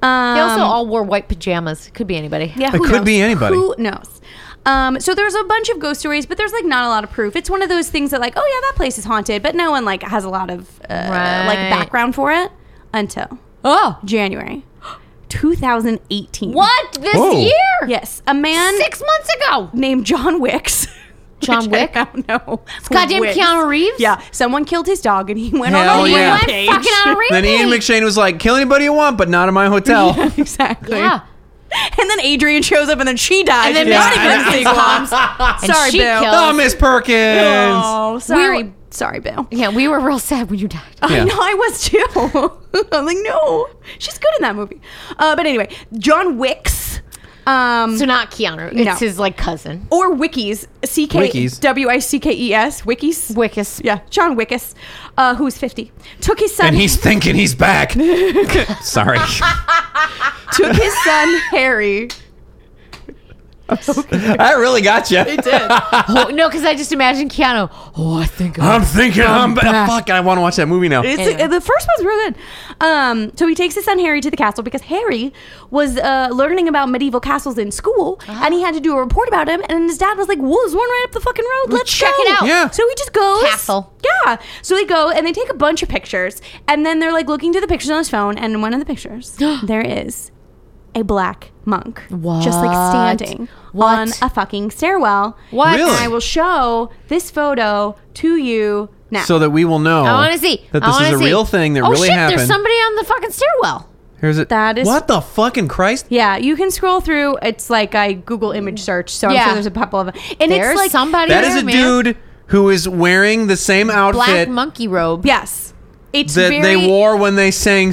Um,
They also all wore white pajamas. Could be anybody.
Yeah,
It
who
could
knows?
be anybody.
Who knows? Um, so there's a bunch of ghost stories, but there's like not a lot of proof. It's one of those things that like, oh yeah, that place is haunted, but no one like has a lot of uh, like
Right.
background for it until
Oh.
January 2018.
What? This
Whoa.
year?
Yes, a man
Six months ago.
named John Wicks.
John
which
Wick?
I don't know.
Goddamn
Wicks.
Keanu Reeves?
Yeah, someone killed his dog and he went
Hell
on a
yeah.
Went
rampage.
Oh, fucking on a rampage.
Then Ian McShane was like, kill anybody you want, but not in my hotel.
exactly.
Yeah.
And then Adrian shows up and then she dies.
And then
It's
Miss
not even a
Perkins
sequel.
comes. And
Sorry,
she
Bill.
kills-
oh, Miss Perkins.
Oh, sorry.
We-
sorry, Bill.
Yeah, we were real sad when you died.
Yeah.
I know I was too. I'm like, no, she's good in that movie. Uh, but anyway, John Wicks Um,
So not Keanu. It's
No.
his like cousin.
or Wikis, C K
Wikis.
W I C K E S, Wikis.
Wickus.
yeah, John Wickus, uh, who's 50, took his son
And he's thinking he's back. Sorry.
took his son Harry.
I really got you.
Did.
Oh, no, because I just imagine Keanu. Oh, I think I'm,
I'm thinking I'm back. Fuck, I want to watch that movie now.
It's
Anyway.
the first one's real good. Um, so he takes his son Harry to the castle because Harry was uh, learning about medieval castles in school,
Uh-huh.
and he had to do a report about him. And his dad was like, "Well, there's one right up the fucking road. Let's
check
go."
it out.
Yeah.
So he just goes
Castle.
Yeah. So they go and they take a bunch of pictures, and then they're like looking through the pictures on his phone, and in one of the pictures there is a black monk just like
What?
standing
What?
on a fucking stairwell.
what?
Really?
And I will show this photo to you now.
So that we will know
I want to see.
Oh, that
I
this
wanna
is a
see.
real thing that
oh,
really
shit,
happened.
There's somebody on the fucking stairwell.
Here's it.
That is-
what the fucking Christ?
Yeah, you can scroll through. It's like I Google image search, so I'm
Mm. Yeah.
sure there's a couple of them. And
There's
it's like
somebody.
That
there,
is a
man.
dude who is wearing the same
Black
outfit
monkey robe.
Yes, it's
that
very
they wore when they sang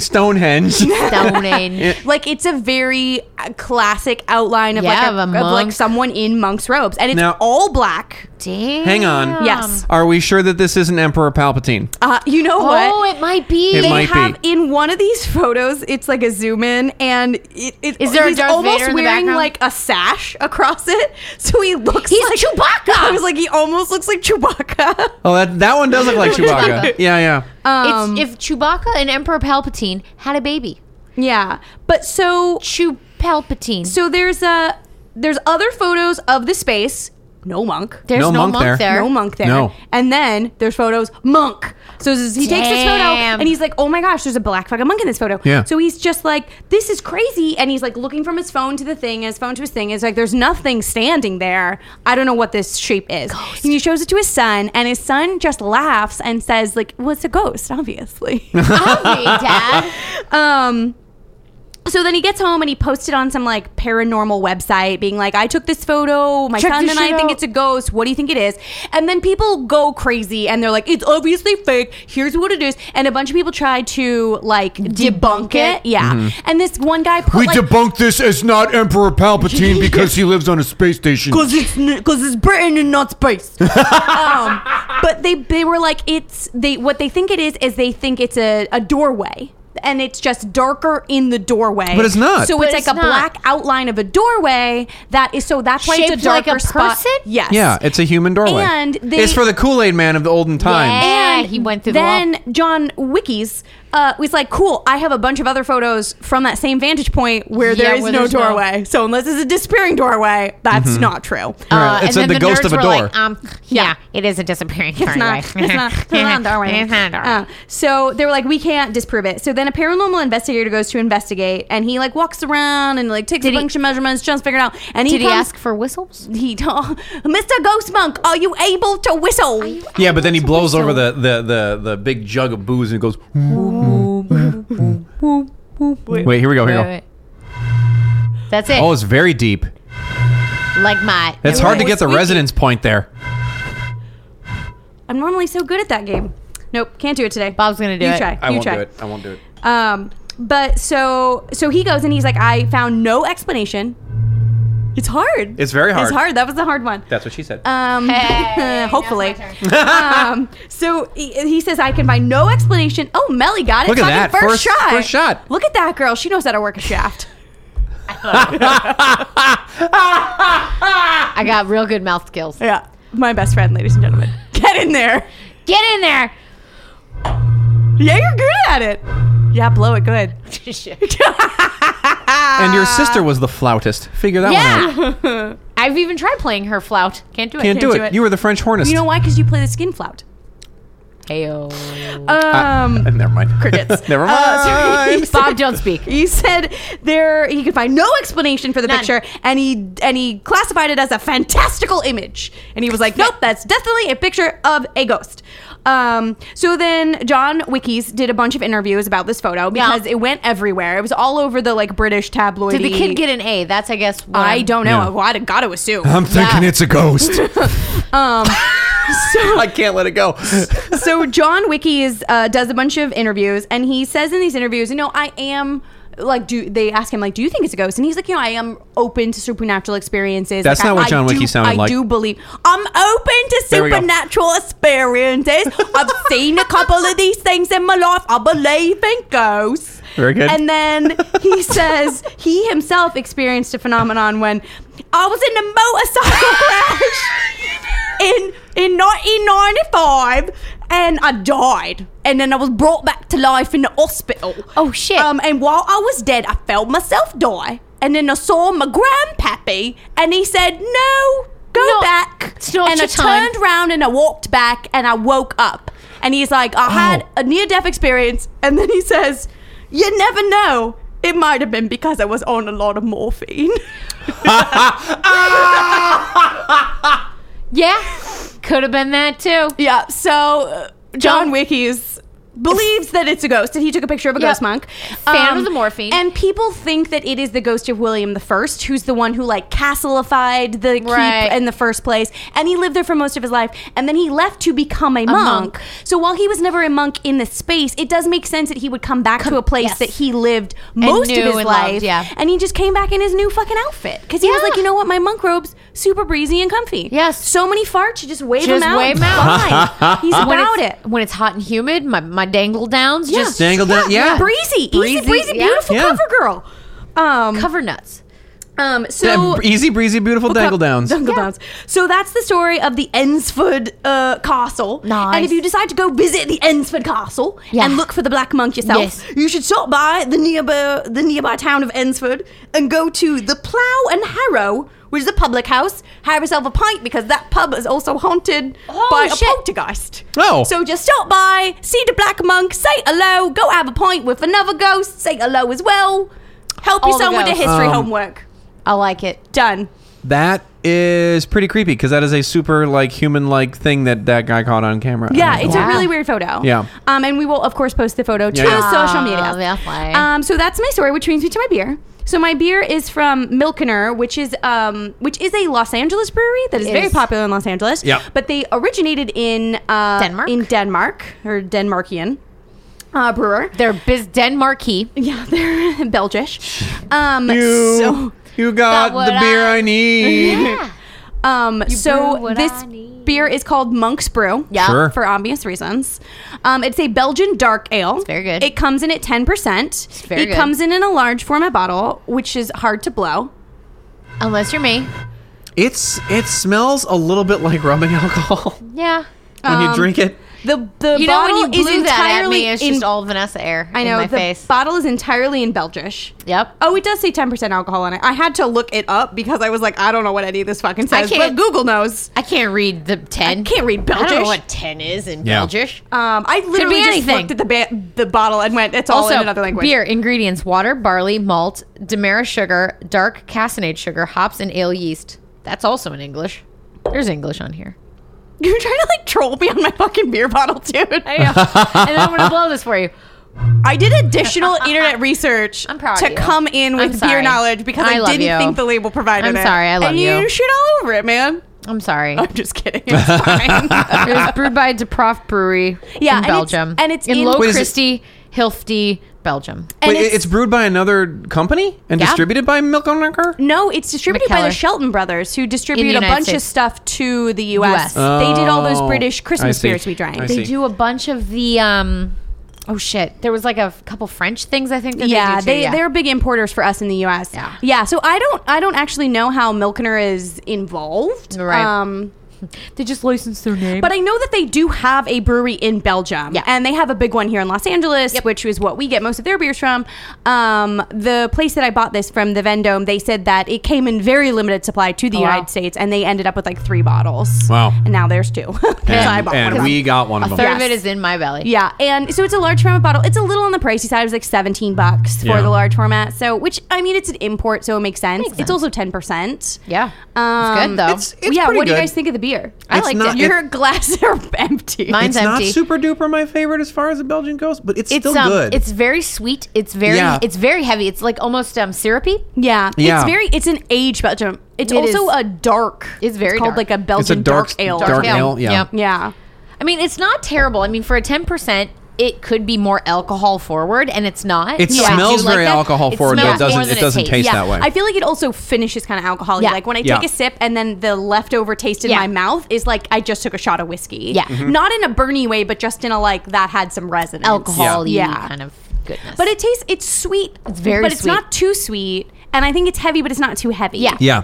Stonehenge.
Stone Age.
like it's a very uh, classic outline of
Yeah,
like a,
of a
of like
monk.
someone in monk's robes, and it's
Now-
all black.
Damn.
Hang on.
Yes.
Are we sure that this isn't Emperor Palpatine?
Uh, you know
Oh,
what?
it might be.
It
They
might be.
have-
Have- in one of these photos, it's like a zoom in, and it, it
Is there a
he's
Darth
almost
Vader in the
wearing
background?
like a sash across it, so he looks
He's
like
Chewbacca!
I was like, he almost looks like Chewbacca.
Oh, that that one does look like Chewbacca.
Chewbacca.
yeah, yeah.
Um,
it's if Chewbacca and Emperor Palpatine had a baby.
yeah, but so
Chew Palpatine.
So there's a there's other photos of the space. No monk.
There's
No
no,
monk
monk,
there.
there.
No monk there.
No.
And then there's photos monk. So this is- he takes this photo
Damn.
and he's like, oh my gosh, there's a black fucking monk in this photo.
Yeah.
So he's just like, this is crazy, and he's like looking from his phone to the thing, his phone to his thing. It's like there's nothing standing there. I don't know what this shape is. And he shows it to his son, and his son just laughs and says like, well, it's a ghost, obviously.
Hungry, Dad.
Um, so then he gets home and he posted on some like paranormal website being like, I took this photo, my
Check
son
this
and I
shit
think
out."
it's a ghost. What do you think it is? And then people go crazy and they're like, it's obviously fake. Here's what it is. And a bunch of people try to like debunk,
Debunk
it.
it?
Yeah. And this one guy put
We
like,
debunked this as not Emperor Palpatine because he lives on a space station.
Cause it's because it's Britain and not space. um, but they they were like it's they what they think it is is they think it's a, a doorway and it's just darker in the doorway.
But it's not.
So
But
it's
it's
like a
not.
black outline of a doorway that is so that's why it's a
Shaped like
darker
a
spot.
person?
Yes.
Yeah, it's a human doorway.
And they-
it's for the Kool Aid Man of the olden time.
Yeah.
And
he went through the
then
wall.
John Wikis uh, was like, "Cool, I have a bunch of other photos from that same vantage point where
Yeah,
there is
where
no
there's no-
doorway. So unless it's a disappearing doorway, that's
Mm-hmm.
not true."
Uh,
Alright, it's a- the ghost
nerds
of a
were
door.
"Ah,
um, yeah, it is a disappearing
It's not. It's not. It's not a doorway.
It's not a doorway.
Uh, so they were like, we can't disprove it. So then a paranormal investigator goes to investigate, and he like walks around and like takes
Did
a
he-
bunch of measurements, tries to figure it out. And
Did
he
he
comes,
ask for whistles?
He told Mr. Ghost Monk, are you able to whistle?
Yeah, but then he blows over the, the, the, the big jug of booze and goes. Mm. Wait, here we go. Here we go.
That's it.
Oh, it's very deep.
like my.
It's hard to
Everyone
get the
was
resonance point there.
I'm normally so good at that game. Nope, can't do it today.
Bob's gonna do
you
it.
Try. you try.
I won't do it.
Um, but so so he goes and he's like, I found no explanation. It's hard.
It's very hard.
It's hard. That was the hard one.
That's what she said.
Um,
Hey,
hopefully.
now's my
um, so he, he says, I can find no explanation. Oh, Melly got it.
Look at
fucking
that. First- first shot.
Look at that girl. She knows how to work a shaft.
I got real good mouth skills.
Yeah. My best friend, ladies and gentlemen. Get in there.
Get in there.
Yeah, you're good at it. Yeah, blow it good.
and your sister was the flautist. Figure that one out.
yeah. I've even tried playing her flout. Can't do it.
Can't, do, it.
do it.
You were the French hornist.
You know why? Because you play the skin flout.
oh. Heyo.
Um,
Uh, Never mind.
Crickets.
Never mind.
Uh, so he said-
Bob, don't speak.
He said there he could find no explanation for the
None.
picture, and he and he classified it as a fantastical image. And he was like, "Nope, that's definitely a picture of a ghost." Um, so then John Wikis did a bunch of interviews about this photo because it went everywhere. It was all over the like British tabloid.
Did the kid get an A? That's I guess. What
I
I'm-
don't know.
Yeah.
Well, I'd got to assume.
I'm thinking
Yeah.
it's a ghost.
I can't let it go.
so John Wiki is uh, does a bunch of interviews, and he says in these interviews, you know, I am like do they ask him like do you think it's a ghost and he's like you know i am open to supernatural experiences
That's
Like,
not
I-
what John
I
Wiki
do,
sounded
i
like.
do believe i'm open to
There we go.
supernatural experiences i've seen a couple of these things in my life i believe in ghosts
Very good.
and then he says he himself experienced a phenomenon when i was in a motorcycle crash in in 1995 and i died and then i was brought back to life in the hospital
Oh, shit.
um, and while I was dead, I felt myself die. And then I saw my grandpappy, and he said, "No, go
No,
back."
it's not
and I
your time.
turned around and I walked back, and I woke up. And he's like, "I had
Oh.
a near-death experience." And then he says, "You never know. It might have been because I was on a lot of morphine."
Yeah, could have been that too.
yeah. So uh, John Wicky is believes that it's a ghost, and he took a picture of a
Yep.
ghost monk. Um,
Fan of the morphine.
And people think that it is the ghost of William the First, who's the one who like castleified the
Right.
keep in the first place, and he lived there for most of his life, and then he left to become a, monk.
monk.
So while he was never a monk in the space, it does make sense that he would come back to a place
yes.
that he lived most of
knew and
his
loved,
life,
yeah.
and he just came back in his new fucking outfit because he was
Yeah.
like, you know what, my monk robes super breezy and comfy.
Yes.
so many farts, you just wave
Just
them out.
wave 'em out.
Fine. He's
when
about it.
it's, When it's hot and humid, my, my dangle downs
Yeah.
just
dangle down- yeah.
breezy,
Breezy,
easy, breezy,
yeah.
beautiful
Yeah.
cover girl. Um,
cover nuts.
um, so
Yeah, easy breezy, beautiful dangle downs.
Dangle downs. So that's the story of the Ensford uh, Castle.
Nice.
And if you decide to go visit the Ensford Castle
Yeah.
and look for the Black Monk yourself,
Yes.
you should stop by the nearby the nearby town of Ensford and go to the Plough and Harrow, which is a public house. Have yourself a pint because that pub is also haunted
Oh,
by
shit.
a poltergeist.
Oh.
so just stop by, see the Black Monk, say hello, go have a pint with another ghost, say hello as well. Help
All the
yourself with the
ghosts.
history
Um,
homework.
I like it.
Done.
That is pretty creepy because that is a super like human like thing that that guy caught on camera.
Yeah, it's
Wow.
a really weird photo.
Yeah.
Um, and we will of course post the photo to
Yeah, yeah.
social
Ah,
media.
lovely.
Um, so that's my story, which brings me to my beer. So my beer is from Milkener, which is um, which is a Los Angeles brewery that is,
It
very
is.
popular in Los Angeles.
Yeah.
But they originated in uh,
Denmark?
in Denmark or Denmarkian uh, brewer.
They're biz Denmarky.
Yeah, they're Belgish. Um,
You,
so
you got
Got what
the beer I,
I-
need.
um,
brew
so
what
this
I need.
beer is called Monk's Brew.
Yeah.
Sure.
for obvious reasons. Um, it's a Belgian dark ale. It's
very good.
It comes in at ten percent.
very
It
good.
comes in in a large format bottle, which is hard to blow.
Unless you're me.
It's it smells a little bit like rubbing alcohol
Yeah.
when you drink it.
The the
You know
bottle
when you
is
blew
entirely
that at me, it's
in.
just all Vanessa air
I know
in my
the
face.
bottle is entirely in Belgish.
yep.
Oh, it does say ten percent alcohol on it. I had to look it up because I was like, I don't know what any of this fucking
I
says, but
can't-
Google knows.
I can't read Uh, the ten.
I can't read
I don't
Belgish.
know what ten is in
Yeah.
Belgish.
Um, I literally just
anything.
looked at the ba- the bottle and went, it's all
Also,
in another language.
beer ingredients: water, barley, malt, demerara sugar, dark cassinade sugar, hops, and ale yeast. That's also in English. There's English on here.
You're trying to like troll me on my fucking beer bottle, dude.
I am. and I'm gonna blow this for you.
I did additional internet research
I'm proud of
to
you.
come in
I'm
with beer
sorry.
knowledge because I,
I love
didn't
you.
think the label provided
I'm
it.
sorry, I love
and
you.
You shit all over it, man.
I'm sorry.
I'm just kidding. It's fine.
it was brewed by De Prof Brewery
Yeah,
in
and it's-
Belgium,
and it's
in,
in-
Low
Wait,
is it-
Christie, Hilfty, Belgium.
And
Wait, it's, it's brewed by another company and
Yeah.
distributed by Milk on Liquor?
no, it's distributed by the
McKellar.
Shelton brothers, who distribute a
United
bunch of
States.
stuff to the
US.
U.S. they did all those
Oh,
British
I
Christmas
see.
beers we drank.
I
They
see.
do a bunch of the um oh shit. There was like a f- couple French things I think that they
yeah,
do too,
they,
yeah.
they're big importers for us in the U.S.
Yeah.
so I don't I don't actually know how Milkener is involved.
Right.
Um,
they just license their name.
But I know that they do have a brewery in Belgium.
Yeah.
And they have a big one here in Los Angeles, which is what we get most of their beers from. Um, the place that I bought this from, the Vendome, they said that it came in very limited supply to the
Oh, wow.
United States and they ended up with like three bottles.
Wow.
And now there's two. 'Cause I
And,
bought one
and
of them.
we got one
a
of them.
third of
Yes.
it is in my belly.
Yeah, and so it's a large format bottle. It's a little on the pricey side. It was like seventeen bucks for
Yeah.
the large format. So, which I mean, it's an import, so it makes sense.
Makes
It's
sense.
also ten percent.
Yeah.
um,
it's good though.
It's- it's
yeah.
pretty
What do you
good.
guys think of the beer?
I
it's
liked
not-
it.
Your glasses are empty.
Mine's
It's not
empty.
super duper my favorite as far as the Belgian goes, but it's,
it's
still
um
good.
it's very sweet. It's very
Yeah.
it's very heavy. It's like almost um syrupy.
Yeah.
Yeah.
It's very it's an age Belgium. It's
It
also
is.
a dark.
It's very
called
dark.
like a Belgian
dark
dark,
s-
ale.
dark- ale, yeah.
Yeah.
I mean, it's not terrible. I mean, for a 10%, it could be more alcohol forward, and it's not.
It
So I do
smells
like
very
that.
alcohol forward, but it
smells
doesn't-
more than
it doesn't
tastes.
taste
Yeah.
that way.
I feel like it also finishes kind of alcoholic.
Yeah.
Like when I take
Yeah.
a sip and then the leftover taste in
Yeah.
my mouth is like I just took a shot of whiskey.
Yeah.
Mm-hmm.
Mhm.
Not in a burny way, but just in a like that had some resonance.
Alcohol,
Yeah.
yeah,
Yeah.
kind of goodness.
But it tastes it's sweet. It's
very
but it's
sweet.
not too sweet. And I think it's heavy, but it's not too heavy.
Yeah.
Yeah.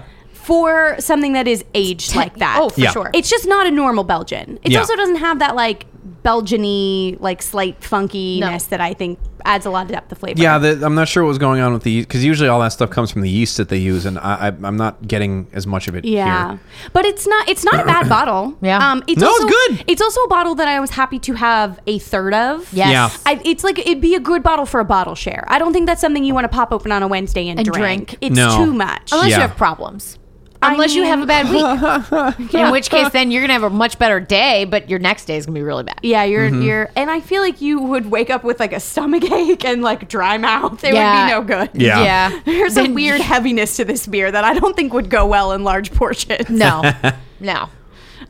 For something that is aged like that.
Oh, for
Yeah.
sure.
It's just not a normal Belgian. It
Yeah.
also doesn't have that like Belgian-y, like slight funkiness that I think adds a lot of depth of flavor.
Yeah, the, I'm not sure what was going on with the because usually all that stuff comes from the yeast that they use, and I, I, I'm not getting as much of it.
Yeah,
here.
but it's not it's not a bad bottle.
Yeah.
um, it's
No, it's
also,
good.
It's also a bottle that I was happy to have a third of.
Yes.
Yeah.
I, it's like it'd be a good bottle for a bottle share. I don't think that's something you want to pop open on a Wednesday and,
And
drink.
drink.
It's
No.
too much.
unless
Yeah.
you have problems.
I
Unless you
mean-
have a bad week, in which case then you're gonna have a much better day, but your next day is gonna be really bad.
yeah, you're
Mm-hmm.
you're, and I feel like you would wake up with like a stomach ache and like dry mouth. It
Yeah.
would be no good.
Yeah.
There's a
Then-
weird heaviness to this beer that I don't think would go well in large portions.
No, no.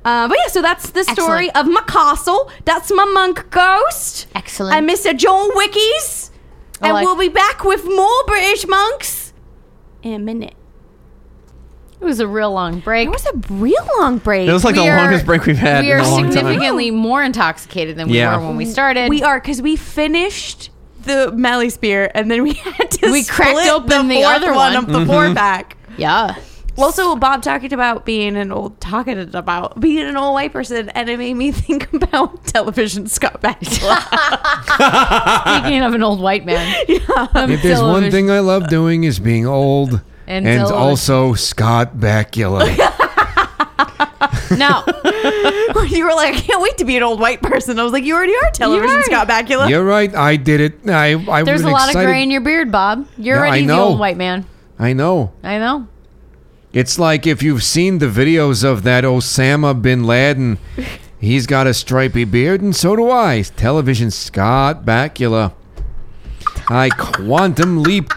Uh, but yeah, so that's the story
Excellent.
of my castle. That's my monk ghost.
Excellent.
And Mr. John Wickies.
I
and
like-
we'll be back with more British monks in a minute.
It was a real long break.
It was a real long break.
It was like the
We are-
longest break we've had
We
in
are
a long time.
significantly more intoxicated than we
Yeah.
were when we started.
we are because we finished the Mally Spear and then we had to
We cracked
split
open the
the fourth
other one.
of the
Mm-hmm.
four pack.
Yeah.
Also, Bob talking about being an old talking about being an old white person, and it made me think about television Scott Bakula.
Speaking of an old white man.
If there's one thing I love doing is being old and,
And television.
also Scott Bakula.
No.
you were like, I can't wait to be an old white person. I was like, you already are television
are.
Scott Bakula.
You're right. I did it. I I
There's
was
a lot
excited.
of gray in your beard, Bob. You're
Yeah, I
already the
know.
old white man.
I know.
I know.
It's like if you've seen the videos of that Osama bin Laden. He's got a stripy beard, and so do I. Television Scott Bakula. I quantum leap,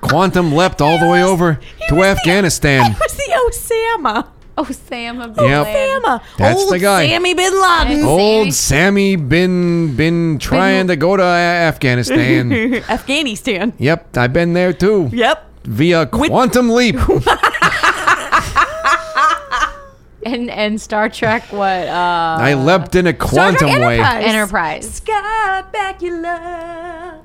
quantum leapt all the way over to Afghanistan.
It was the Osama.
Oh, Sam. I'm
Yep.
glad.
Osama.
That's
Old
the guy.
Sammy Bin Laden.
Old Sammy been been trying to go to Afghanistan.
Afghanistan.
yep, I've been there too.
Yep.
Via quantum leap.
And and Star Trek, what? Uh,
I leapt in a
Star Trek
quantum way.
Enterprise.
Enterprise.
Scott Bakula.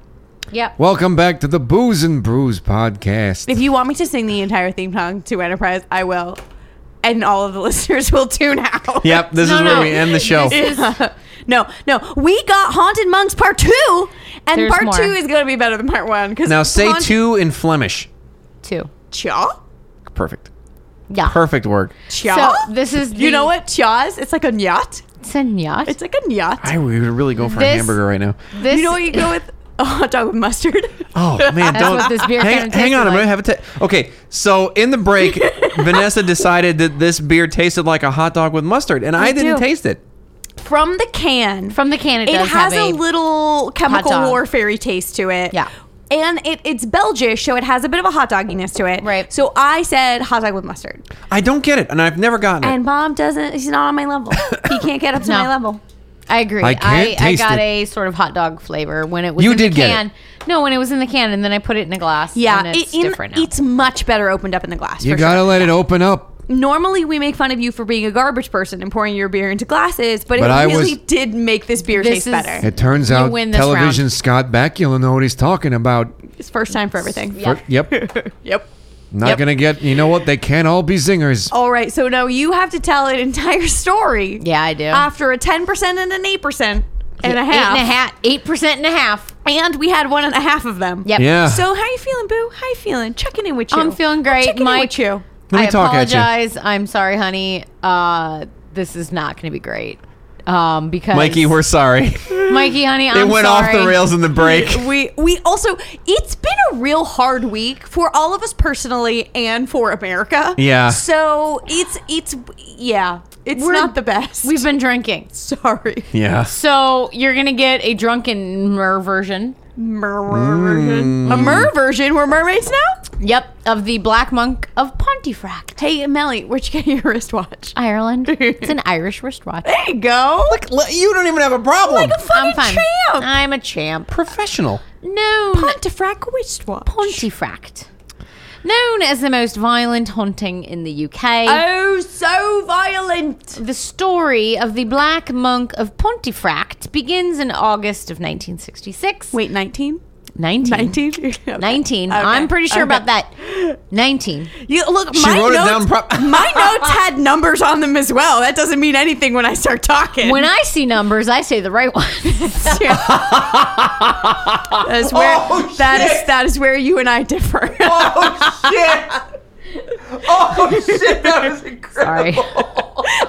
Yep.
Welcome back to the Booze and Brews podcast.
If you want me to sing the entire theme song to Enterprise, I will. And all of the listeners will tune out.
Yep, this
No,
is where
no.
we end the show.
This is-
No, no. We got Haunted Monks Part 2. And
There's
Part
more.
2 is going to be better than Part 1. Cause
now say
Haunted-
two in Flemish.
two.
Cha?
Perfect.
Yeah.
Perfect work.
Cha?
So this is
You
the-
know what cha's? It's like a nyat.
It's a yacht.
It's like a nyat.
I would really go for a
This-
hamburger right now.
this
you know what you go with? A hot dog with mustard.
Oh man,
That's
don't
what this beer
hang,
kinda
hang
tasted
on. I'm
like.
gonna have a ta- okay. So in the break, Vanessa decided that this beer tasted like a hot dog with mustard, and I, didn't
do.
taste it.
From the can.
from the can. It,
it
does
has a
have
little chemical
dog.
warfare taste to it.
Yeah.
And it, it's Belgish, so it has a bit of a hot dogginess to it.
Right.
So I said hot dog with mustard.
I don't get it, and I've never gotten it.
And Bob doesn't, he's not on my level. he can't get up to
No.
my level.
I agree.
I can't
I,
taste
got
it.
a sort of hot dog flavor when it was
You
in
did
the
get it.
can. No, when it was in the can, and then I put it in a glass.
Yeah.
and it's
it- in-
different now.
It's much better opened up in the glass.
You
for
gotta
sure.
let it open up.
Normally, we make fun of you for being a garbage person and pouring your beer into glasses, but,
But
it
I
really
was-
did make this beer
This
taste
is-
better.
It turns
You
out
win this
television
round.
Scott Bakula know what he's talking about.
It's first time for everything.
Yeah.
For- yep.
Yep.
Not
Yep. Oh,
gonna get. You know what? They can't all be zingers.
All right. So now you have to tell an entire story.
Yeah, I do.
After a 10% and an 8% and a
Eight
half.
and a half. Eight percent and a half.
And we had one and a half of them.
Yep.
Yeah.
So how you feeling, Boo? How you feeling? Checking in with you.
I'm feeling great,
Checking
Mike.
in with you.
Let me
I
talk at you.
apologize. I'm sorry, honey. Uh, this is not going to be great. Um, because
Mikey, we're sorry.
Mikey, honey. I'm
it went off the
sorry.
rails in the break.
We we also it's been a real hard week for all of us personally and for America.
Yeah.
So it's it's yeah. It's
We're-
not the best.
We've been drinking.
sorry.
yeah.
So you're gonna get a drunken mer version.
Mm.
Mer version. A mer version. We're mermaids now?
Yep, of the Black Monk of Pontefract,
Hey, Melly, where'd you get your wristwatch?
Ireland. it's an Irish wristwatch.
There you go. Look,
L- You don't even have a problem.
I'm
fucking
fine.
champ.
I'm a champ.
Professional.
No.
Pontefract wristwatch.
Pontefract. Known as the most violent haunting in the UK,
oh, so violent.
the story of the Black Monk of Pontefract begins in August of 1966.
Wait, 19?
19.
19? Okay.
19.
Okay.
I'm pretty sure
Okay.
about that. 19.
You, look,
She
my
wrote it
notes,
down prop-
my notes had numbers on them as well. That doesn't mean anything when I start talking.
When I see numbers, I say the right one.
that is where
Oh,
that
shit.
is that is where you and I differ.
Oh shit! Oh shit! That was incredible.
Sorry.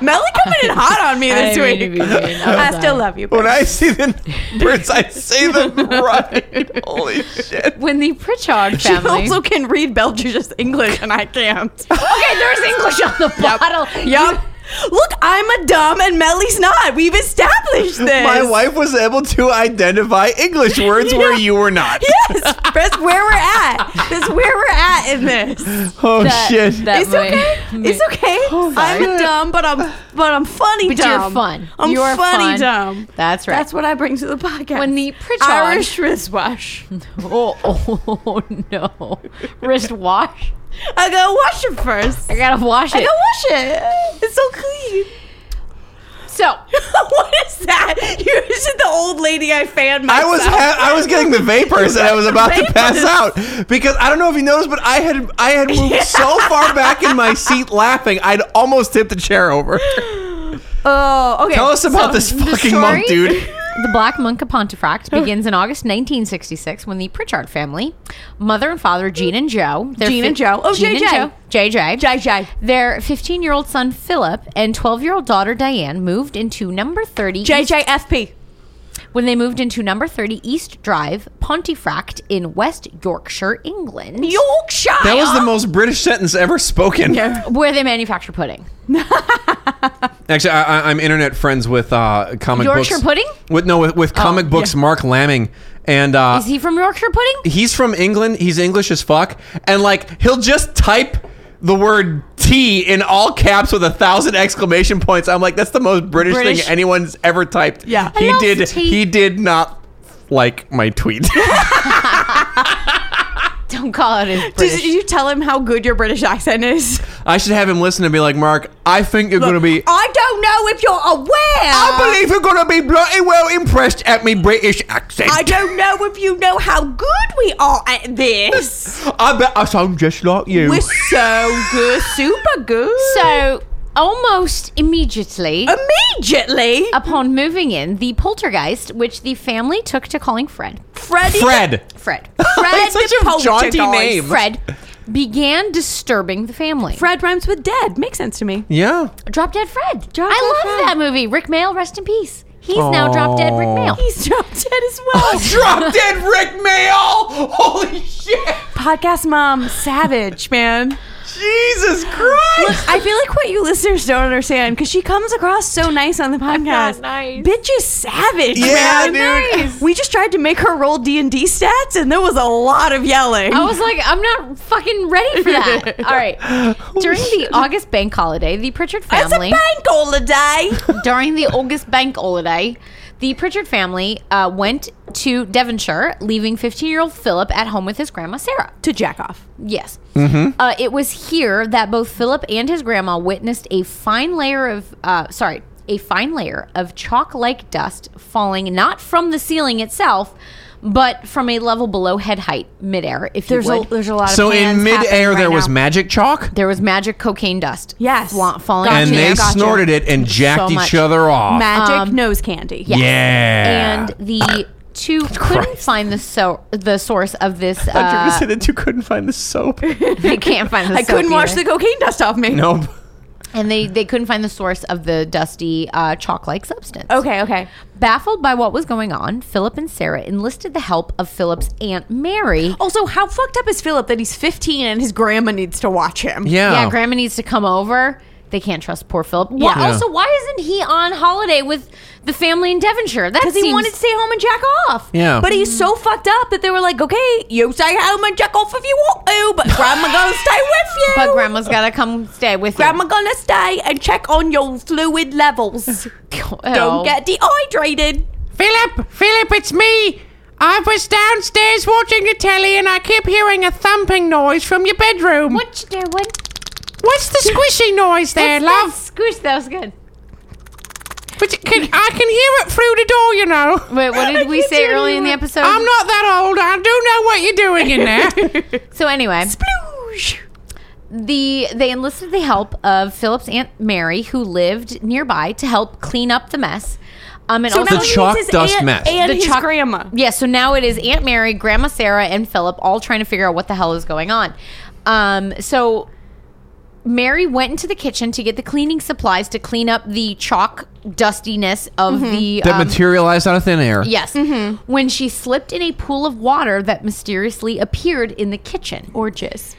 Melly coming in hot on me
I
this
didn't mean to
week.
be mean. I'm
I still
sorry.
love you.
When I see the numbers, I say them right. Holy shit.
When the Pritchard
she
family.
also can read Belgian English, and I can't.
okay, there's English on the bottle.
Yup. Look, I'm a dumb, and Melly's not. We've established this.
My wife was able to identify English words where you were not.
Yes, that's where we're at. That's where we're at in this.
Oh
That-
shit.
that
It's
might-
okay. It's okay. I'm a dumb, but I'm but I'm funny
But
dumb.
you're fun.
I'm
you are
funny
fun.
dumb.
That's right.
That's what I bring to the podcast.
When the Pritchard-
Irish wristwash.
Oh, oh, oh, no. Wrist wash.
I gotta wash it first.
I gotta wash
I
it.
gotta wash it. It's so clean.
So,
what is that? You isn't the old lady I fanned
I
myself.
was ha- I was getting the vapors and I was about to pass
Vapors.
out because I don't know if you noticed, but I had I had moved so far back in my seat laughing I'd almost tipped the chair over.
Oh, okay.
Tell us
so
about this
the
fucking monk,
story-
dude.
the Black Monk of Pontefract
Oh.
begins in August 1966 when the Pritchard family, mother and father Gene and Joe, their
Gene and Joe. Oh,
Gene
JJ.
and Joe, JJ,
JJ.
their 15-year-old son Philip and 12-year-old daughter Diane moved into number 30
JJFP.
when they moved into number 30 East Drive, Pontefract in West Yorkshire, England,
Yorkshire.
That was the most British sentence ever spoken.
where they manufacture pudding.
Actually, I, I- I'm internet friends with uh, comic
Yorkshire
books.
pudding?
With no, with,
Oh,
with comic books. Mark Lamming, and uh,
Is he from Yorkshire pudding?
he's from England. He's English as fuck, and like he'll just type the word tea in all caps with a thousand exclamation points. I'm like, that's the most British,
British.
thing anyone's ever typed.
Yeah. I
he
love
did.
tea.
He did not like my tweet.
Don't call it his British.
Did you tell him how good your British accent is?
I should have him listen and be like, Mark, I think you're gonna be.
I don't know if you're aware.
I believe you're gonna be bloody well impressed at me British accent.
I don't know if you know how good we are at this.
I bet I sound just like you.
We're so good, super good.
So, almost immediately
Oh. immediately,
upon moving in, the poltergeist, which the family took to calling Fred,
Freddie.
Fred.
Fred,
Fred
It's such
the
a jaunty
poltergeist.
name.
Fred, began disturbing the family.
Fred rhymes with dead. Makes sense to me.
Yeah.
Drop Dead Fred.
Drop
I
Dead
love
Fred.
that movie. Rick Mail, rest in peace. He's now Drop Dead Rick Mail.
He's drop dead as well.
Drop dead Rick Mail. Holy shit.
Podcast mom, savage man.
Jesus Christ.
I feel like what you listeners don't understand because she comes across so nice on the
not
podcast.
nice.
Bitch is savage.
Yeah,
man.
dude.
We just tried to make her roll D and D stats, and there was a lot of yelling.
I was like, I'm not fucking ready for that. All right. During the August bank holiday, the Pritchard
That's a
family.
bank holiday.
During the August bank holiday, the Pritchard family uh, went to Devonshire, leaving 15 year old Philip at home with his grandma Sarah.
to jack off.
Yes.
Mm-hmm.
Uh, it was here that both Philip and his grandma witnessed a fine layer of, uh, sorry, a fine layer of chalk like dust falling not from the ceiling itself, but from a level below head height, midair, if
There's
you
a
would.
there's a lot of
So in
hands happening
midair,
right
there was
now.
magic chalk,
there was magic cocaine dust.
Yes.
fla- falling
Gotcha.
and
into
they
there.
Gotcha.
snorted it and jacked
So
each
much.
other off.
magic nose candy.
Yes.
Yeah.
And the two couldn't find the so the source of this.
you
Uh,
said that you couldn't find the soap.
they can't find the.
I couldn't
soap
wash
either.
the cocaine dust off me.
nope.
And they they couldn't find the source of the dusty uh, chalk-like substance.
Okay, okay.
Baffled by what was going on, Philip and Sarah enlisted the help of Philip's aunt Mary.
Also, how fucked up is Philip that he's 15 and his grandma needs to watch him?
Yeah.
Yeah, Grandma needs to come over They can't trust poor Philip. Why,
Yeah.
Also, why isn't he on holiday with the family in Devonshire? That
Because
seems,
he wanted to stay home and jack off.
Yeah.
But he's so fucked up that they were like, okay, you stay home and jack off if you want to, but grandma gonna stay with you.
But grandma's gotta come stay with
grandma gonna stay and check on your fluid levels.
you.
Don't get dehydrated.
Philip, Philip, it's me. I was downstairs watching the telly and I kept hearing a thumping noise from your bedroom.
What you doing?
What's the squishy noise there,
What's that
love?
Squish. That was good.
But you can, I can hear it through the door, you know.
Wait, what did we say early in the episode?
I'm not that old. I do know what you're doing in there.
So anyway, the they enlisted the help of Philip's aunt Mary, who lived nearby, to help clean up the mess. Um, and
So
also
now he needs
chalk
his
dust
aunt
mess.
And
The
his
chalk-
grandma.
Yeah, so now it is Aunt Mary, Grandma Sarah, and Philip all trying to figure out what the hell is going on. Um, so Mary went into the kitchen to get the cleaning supplies to clean up the chalk dustiness of
Mm-hmm.
the.
That
um,
materialized out of thin air.
yes. When she slipped in a pool of water that mysteriously appeared in the kitchen.
Or jizz.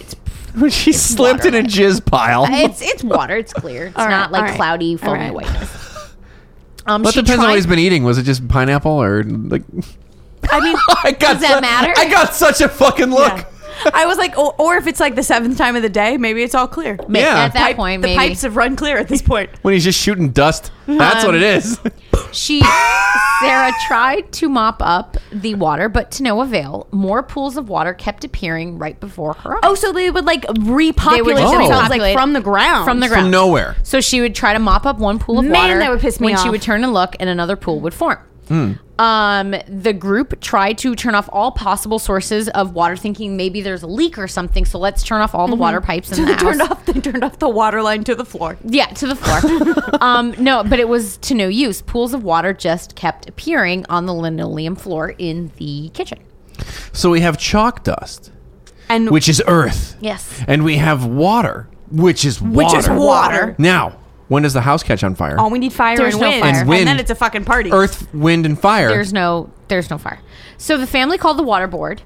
she slipped in a jizz pile.
It's it's water. It's clear. It's
All right,
not like
all right,
cloudy,
all
foamy
right.
whiteness. Um,
but
she
depends on what
tried-
he's been eating. Was it just pineapple or like?
I mean,
I got
Does that matter?
I got such a fucking look.
yeah. I was like, or, or if it's like the seventh time of the day, maybe it's all clear.
Ma-
Yeah.
At that
Pipe-
point,
the
maybe.
pipes have run clear at this point.
When he's just shooting dust. That's what it is.
Um,
She Sarah tried to mop up the water, but to no avail. More pools of water kept appering right before her eyes.
Oh, so they would like repopulate
just
themselves
repopulate
like from the ground.
from the ground,
From nowhere.
So she would try to mop up one pool of
Man,
water.
that would piss me
When she
off.
would turn and look, and another pool would form. Um, the group tried to turn off all possible sources of water, thinking maybe there's a leak or something. So let's turn off all the water pipes in
So
the
they
house.
Mm-hmm. turned off. They turned off the water line to the floor.
Yeah, to the floor. um, no, but it was to no use. Pools of water just kept appearing on the linoleum floor in the kitchen.
So we have chalk dust,
And
which is earth.
Yes.
And we have water, which is
Which
water.
is water.
Now, when does the house catch on fire?
All we need fire
There's
and
no
wind.
fire. And
wind.
and then it's a fucking party.
earth, wind, and fire.
There's no there's no fire. So the family called the water board.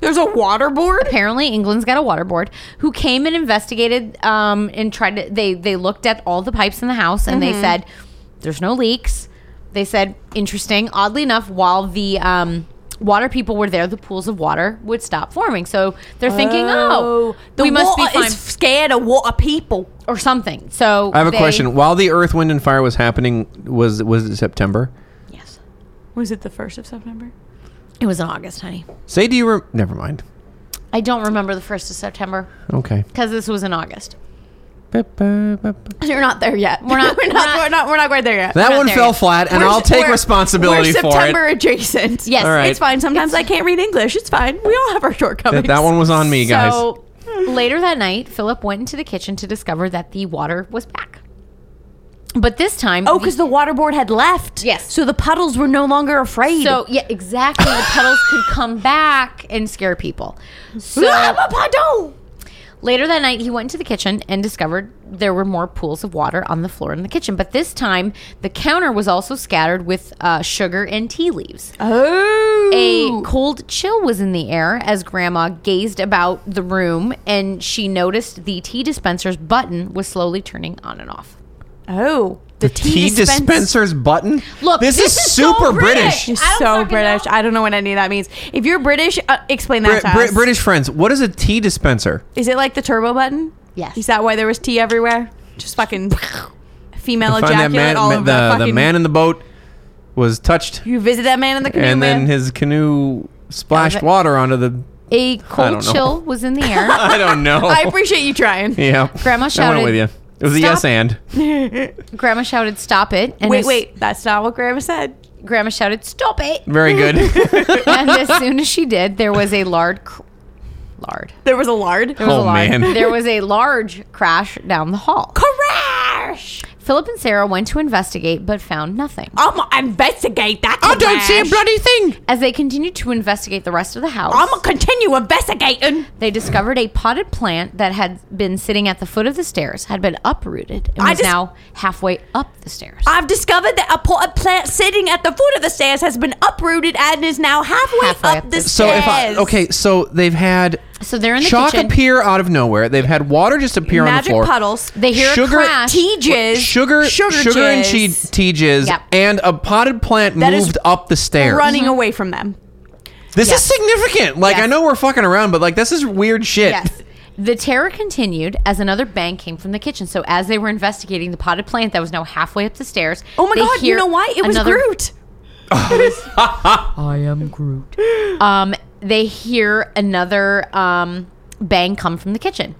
There's a water board.
Apparently, England's got a water board who came and investigated um, and tried to. They they looked at all the pipes in the house and they said there's no leaks. They said interesting. Oddly enough, while the um, water people were there, the pools of water would stop forming. So they're thinking, oh,
the
we must
water
be fine
is scared of water people.
or something. So
I have a
they-
question. While the earth, wind, and fire was happening, was was it September?
Yes,
Was it the first of September?
it was in August, honey.
Say, do you? Re- Never mind.
I don't remember the first of September
Okay.
because this was in August.
That
You're not there yet. We're
not-
we're
we're
not.
not-
We're not. We're not quite there yet.
not
one
there
fell
yet.
flat, and
We're-
I'll take
we're-
responsibility
we're
for
September
it.
adjacent.
Yes,
All right.
It's fine. Sometimes I can't read English. It's fine. We all have our
That,
shortcomings.
that one was on me, guys.
So later that night, Philip went into the kitchen to discover that the water was back. But this time,
Oh, because the water board had left.
Yes.
So the puddles were no longer afraid.
so yeah, exactly. The puddles could come back and scare people. So
I'm a puddle.
later that night, he went into the kitchen and discovered there were more pools of water on the floor in the kitchen. But this time, the counter was also scattered with uh, sugar and tea leaves.
Oh.
A cold chill was in the air as Grandma gazed about the room and she noticed the tea dispenser's button was slowly turning on and off.
Oh. The, tea,
Tea
dispense-
dispenser's button.
Look,
this,
this
is,
is so
super
British.
British.
You're
I don't
so
fucking
British.
know.
I don't know what any of that means. If you're British, uh, explain
Bri-
that to
Bri-
us.
British friends, what is a tea dispenser?
Is it like the turbo button?
Yes.
Is that why there was tea everywhere? Just fucking female
Find that
ejaculate
man,
all
ma-
over
the,
fucking.
the man in the boat was touched,
you visit that man in the canoe,
and then
man.
his canoe splashed
but-
water onto the.
A
don't
cold
know.
chill was in the air.
I don't know.
I appreciate you trying.
yeah,
Grandma
I
shouted,
went with you. It was a
"Stop."
yes and.
Grandma shouted, "Stop it!" And
Wait,
as-
wait. That's not what Grandma said.
Grandma shouted, "Stop it!"
Very good.
and as soon as she did, there was a large, cr- lard.
There was a lard.
There was a
Oh,
large,
man.
There was a large crash down the hall.
Crash!
Philip and Sarah went to investigate, but found nothing.
I'm gonna investigate that.
Oh,
I don't see a
crash.
bloody thing.
As they continued to investigate the rest of the house,
I'm gonna continue investigating.
they discovered a potted plant that had been sitting at the foot of the stairs had been uprooted and
I
was
just-
now halfway up the stairs.
I've discovered that a potted plant sitting at the foot of the stairs has been uprooted and is now halfway,
Halfway
up
up
the
the
stairs.
So if I okay, so they've had
So they're in the
Chalk
kitchen.
appear out of nowhere. They've had water just appear on the
Magic
floor.
puddles.
They hear
Sugar-
a crash.
Tea jizz.
Sugar, sugar, and
jizz
cheese, tea jizz,
Yep.
and a potted plant
That is
moved up the stairs.
Running
Mm-hmm.
away from them.
This
Yes.
is significant. Like I
Yes.
know we're fucking around, but like this is weird shit.
Yes. The terror continued as another bang came from the kitchen. So as they were investigating the potted plant that was now halfway up the stairs,
Oh my
they
god, you
hear
know why? It was
another-
Groot.
Um, they hear another um, bang come from the kitchen.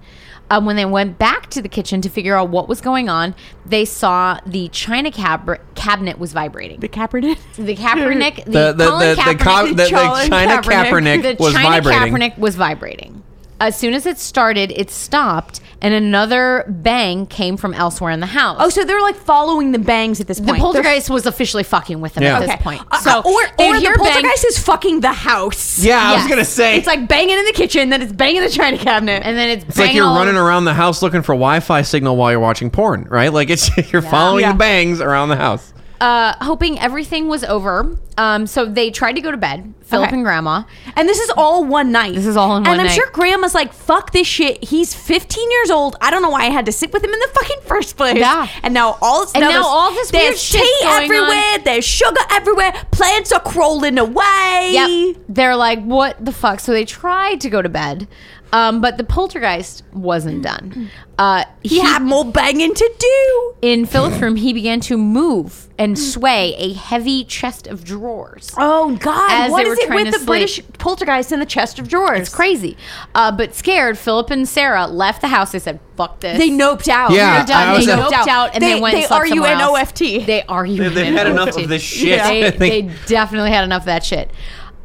Um, when they went back to the kitchen to figure out what was going on, they saw the china cab- cabinet was vibrating.
The Kaepernick.
The Kaepernick, the,
The the
Colin
the, the,
Kaepernick,
co- the, the
Colin
China Kaepernick,
Kaepernick.
the
was
China
vibrating.
Kaepernick was vibrating. As soon as it started, it stopped, and another bang came from elsewhere in the house.
Oh, so they're like following the bangs at this
the
point.
poltergeist was officially fucking with them
Yeah.
at this
They're-
point.
Uh,
So
uh, or,
they'd
or the
hear bang,
poltergeist is fucking the house.
Yeah, I was
Yes.
gonna say.
It's like banging in the kitchen, then it's banging the china cabinet.
and then it's,
It's like you're running around the house looking for Wi-Fi signal while you're watching porn, right? Like it's you're following
Yeah.
the bangs around the house.
uh, hoping everything was over. Um, so they tried to go to bed. Philip
Okay.
and Grandma.
And this is all one night. This
is all in one
And I'm
night.
sure Grandma's like, "Fuck this shit." He's 15 years old. I don't know why I had to sit with him in the fucking first place.
Yeah.
And now all
And now
there's-
all this weird
there's
shit's
tea
going
everywhere. There's sugar everywhere. Plants are crawling away.
Yep. They're like, what the fuck? So they tried to go to bed, um, but the poltergeist wasn't done. Uh,
He, had more banging to do.
in Philip's room, he began to move and sway a heavy chest of drawers.
Oh God!
As
what
they
is
were
it
trying
with
to
the
sleep.
British poltergeist in the chest of drawers?
It's crazy. Uh, but scared, Philip and Sarah left the house. They said, fuck this.
They noped out.
Yeah, They're done. I was
they
at-
noped out, and they, went and
They
slept
are you
somewhere
an
else.
OFT?
They are you
They've
an
had
OFT.
enough of this shit. I
They, they
think.
definitely had enough of that shit.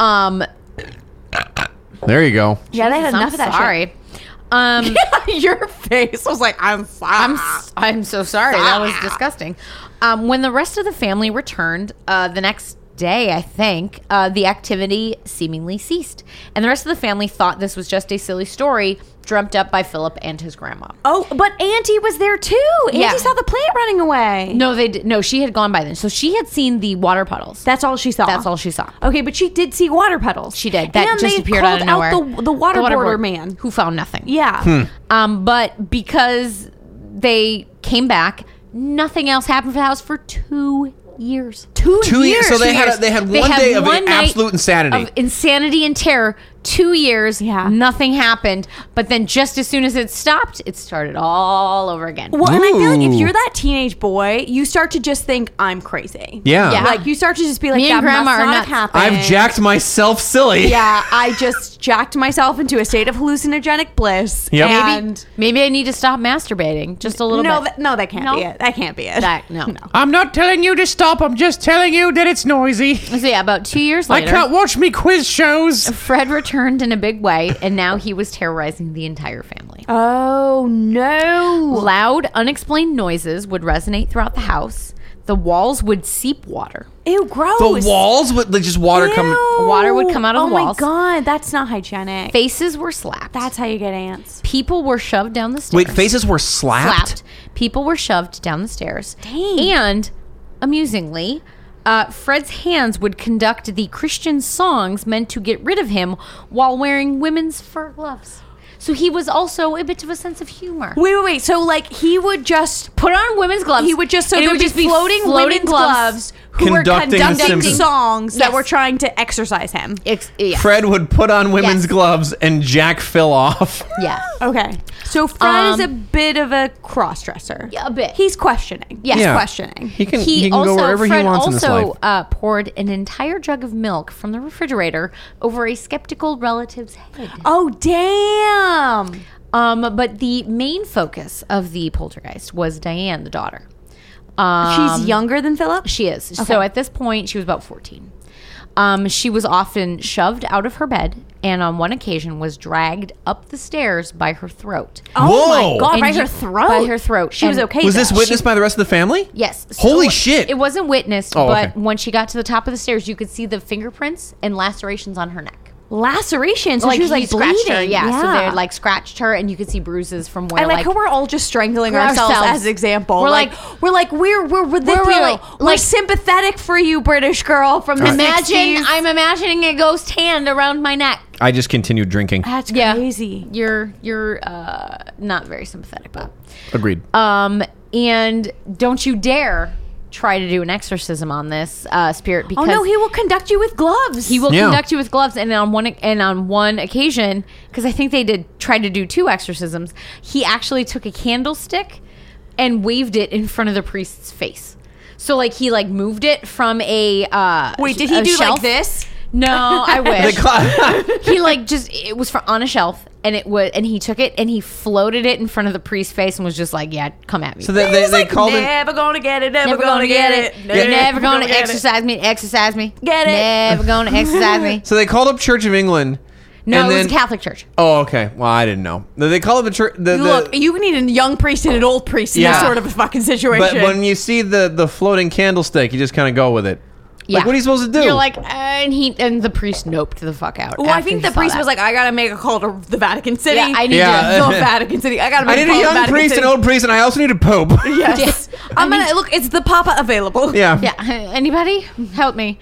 Um,
There you go.
yeah, they had
I'm
enough of that.
sorry. Um,
shit. Your face was like, "I'm sorry."
I'm s- Mm, I'm so sorry. That was disgusting. Um, when the rest of the family returned uh, the next day, I think uh, the activity seemingly ceased, and the rest of the family thought this was just a silly story dreamt up by Philip and his grandma.
Oh, but Auntie was there too. Auntie
Yeah.
saw the plant running away.
No, they did, no. She had gone by then, so she had seen the water puddles.
That's all she saw.
That's all she saw.
Okay, but she did see water puddles.
She did. That
and
just
they
appeared out
called
of nowhere.
the, the water,
waterboarder
border man.
who found nothing.
Yeah.
Hmm.
Um, but because they came back, nothing else happened for the house for two years. Two,
Two years. e- So they had a- they had one day of
night
absolute insanity.
of insanity and terror. Two years.
Yeah.
nothing happened. But then, just as soon as it stopped, it started all over again.
Well, and I feel like if
Ooh.
you're that teenage boy, you start to just think I'm crazy.
Yeah.
Yeah.
Like you start to just be like,
Me and
that
Grandma
must
are
not
nuts.
have happened.
I've jacked myself silly.
Yeah, I just jacked myself into a state of hallucinogenic bliss.
Yep. Maybe.
And
Maybe I need to stop masturbating just a little
no,
bit.
that, no, that can't
No?
be it. That can't be it.
That- no.
I'm not telling you to stop. I'm just telling you that it's noisy.
so yeah, about two years
I
later,
can't watch me quiz shows.
Fred returned in a big way, and now he was terrorizing the entire family.
Oh no.
Loud, unexplained noises would resonate throughout the house. The walls would seep water.
Ew, gross.
The walls with like, just water coming.
Ew.
Water would come out of
oh
the walls.
my god, that's not hygienic.
Faces were slapped.
that's how you get ants.
People were shoved down the stairs.
Wait, faces were slapped.
slapped. People were shoved down the stairs.
Dang.
And amusingly, uh, Fred's hands would conduct the Christian songs meant to get rid of him while wearing women's fur gloves. So he was also a bit of a sense of humor.
Wait, wait, wait. So like he would just
Put on women's gloves.
he would just so
and
there would just be floating, women's gloves, who were
Conducting the
conducting
Simpsons.
songs that
Yes.
were trying to exercise him.
Ex- yeah.
Fred would put on women's
Yes.
gloves and jack Phil off.
yeah.
Okay. So Fred is a
Um,
bit of a cross dresser.
Yeah, a bit.
He's questioning.
Yes.
He's
Yeah.
questioning.
He can
he,
he, can
also,
go wherever
Fred
he wants
also
in this life.
Uh, poured an entire jug of milk from the refrigerator over a skeptical relative's head.
Oh damn.
Um, but the main focus of the poltergeist was Diane, the daughter. Um,
Um,
She's younger than Philip?
She is. So at this point, she was about 14. Um, she was often shoved out of her bed and on one occasion was dragged up the stairs by her throat.
Whoa!
my god,
And
Oh, by
you-
her throat.
by her throat.
She was
And-
okay.
was this
though.
witnessed by the rest of the family?
Yes.
Holy
So
shit.
It wasn't witnessed,
Oh,
but
okay.
when she got to the top of the stairs, you could see the fingerprints and lacerations on her neck.
laceration. So
like
she was
he
like bleeding.
scratched her, yeah. So they like scratched her, and you could see bruises from where
I like,
like,
how we're all just strangling
We're
ourselves,
ourselves.
as example.
We're
We're
like-
like, we're like we're we're with
We're
you.
really-
we're
like-
sympathetic for you, British girl from the
imagine
60s.
I'm imagining a ghost hand around my neck.
I just continued drinking.
That's
Yeah.
crazy.
You're you're uh, not very sympathetic, Bob.
Agreed.
Um, and don't you dare try to do an exorcism on this uh, spirit
Oh
because
no, he will conduct you with gloves.
He will
Yeah.
conduct you with gloves, and on one and on one occasion, because I think they did try to do two exorcisms, he actually took a candlestick and waved it in front of the priest's face. So like he like moved it from a uh,
Wait, did he
a
do like
shelf.
this?
No, I wish
Cla-
he like just it was for, on a shelf, and it was and he took it and he floated it in front of the priest's face and was just like, yeah, come at me.
so they, they,
He's
they
like,
called it.
never gonna get it. Never,
Never
gonna,
gonna
get,
get
it.
it. Never gonna
get it.
exercise me. Exercise me.
Get it.
Never gonna exercise me.
So they called up Church of England.
No,
and
it was
then-
a Catholic church.
Oh, okay. Well, I didn't know. They call it the church. The, the,
Look, you need a young priest and an old priest in
Yeah.
this sort of a fucking situation.
but when you see the the floating candlestick, you just kind of go with it.
Yeah.
Like, what are you supposed to do?
You're like, uh, and he and the priest noped the fuck out.
well, I
after
think
he
the
saw
priest
that.
was like, I gotta make a call to the Vatican City.
Yeah, I need
Yeah.
the Vatican City. I gotta
I
make
need
a call
a
to
young
Vatican
priest, an
City.
old priest, and I also need a pope.
Yes. I'm
I
gonna look. It's the Papa available.
yeah.
Yeah. Anybody help me?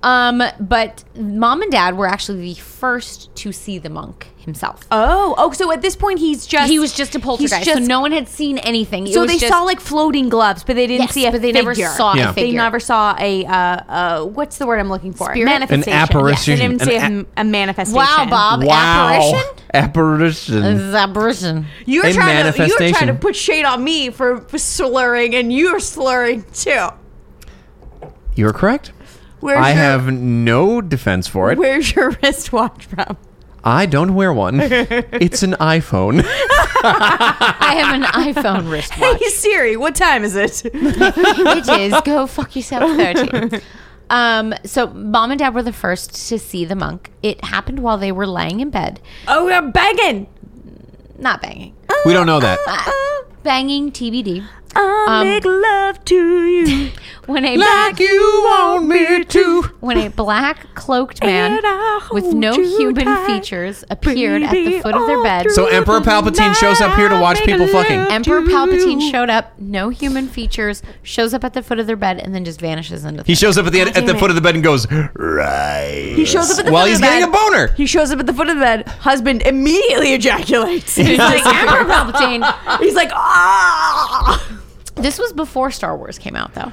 Um, but mom and dad were actually the first to see the monk himself.
Oh. Oh. So at this point, he's just
he was just a poltergeist,
he's just-
so no one had seen anything. It
So
was
they
just-
saw like floating gloves, but they didn't
Yes,
see a
but they
figure.
never saw a
Yeah.
figure.
They never saw a uh, uh, what's the word I'm looking for?
Spirit? An
Manifestation.
apparition.
Yes, They didn't
An
see a-
ap-
a, manifestation.
Wow, Bob,
Wow.
um, apparition.
Apparition.
It's apparition.
You're
A
trying to you're trying to
manifestation.
put shade on me for, for slurring, and you're slurring too.
You're correct.
Where's
I
your,
have no defense for it.
Where's your wristwatch from?
I don't wear one. it's an iPhone.
I have an iPhone wristwatch.
Hey Siri, what time is it?
it is go fuck yourself 30 um so mom and dad were the first to see the monk it happened while they were laying in bed
oh, we're begging.
not banging
we don't know that.
banging tbd
Uh, I'll
Um,
make love to you.
when a
Like you want me to.
when a black cloaked man
And I hold
with no
you
human
tight,
features appeared at the
baby,
foot of their
all
bed
So Emperor Palpatine shows up here to watch people fucking.
Emperor Palpatine showed up, no human features, shows up at the foot of their bed, and then just vanishes into.
He shows up at the end, at the
it.
foot of the bed and goes right.
He shows up at the
While
foot
he's
of the
getting
bed.
a boner.
He shows up at the foot of the bed. Husband immediately ejaculates.
He's like, Emperor Palpatine.
He's like, ah.
This was before Star Wars came out, though.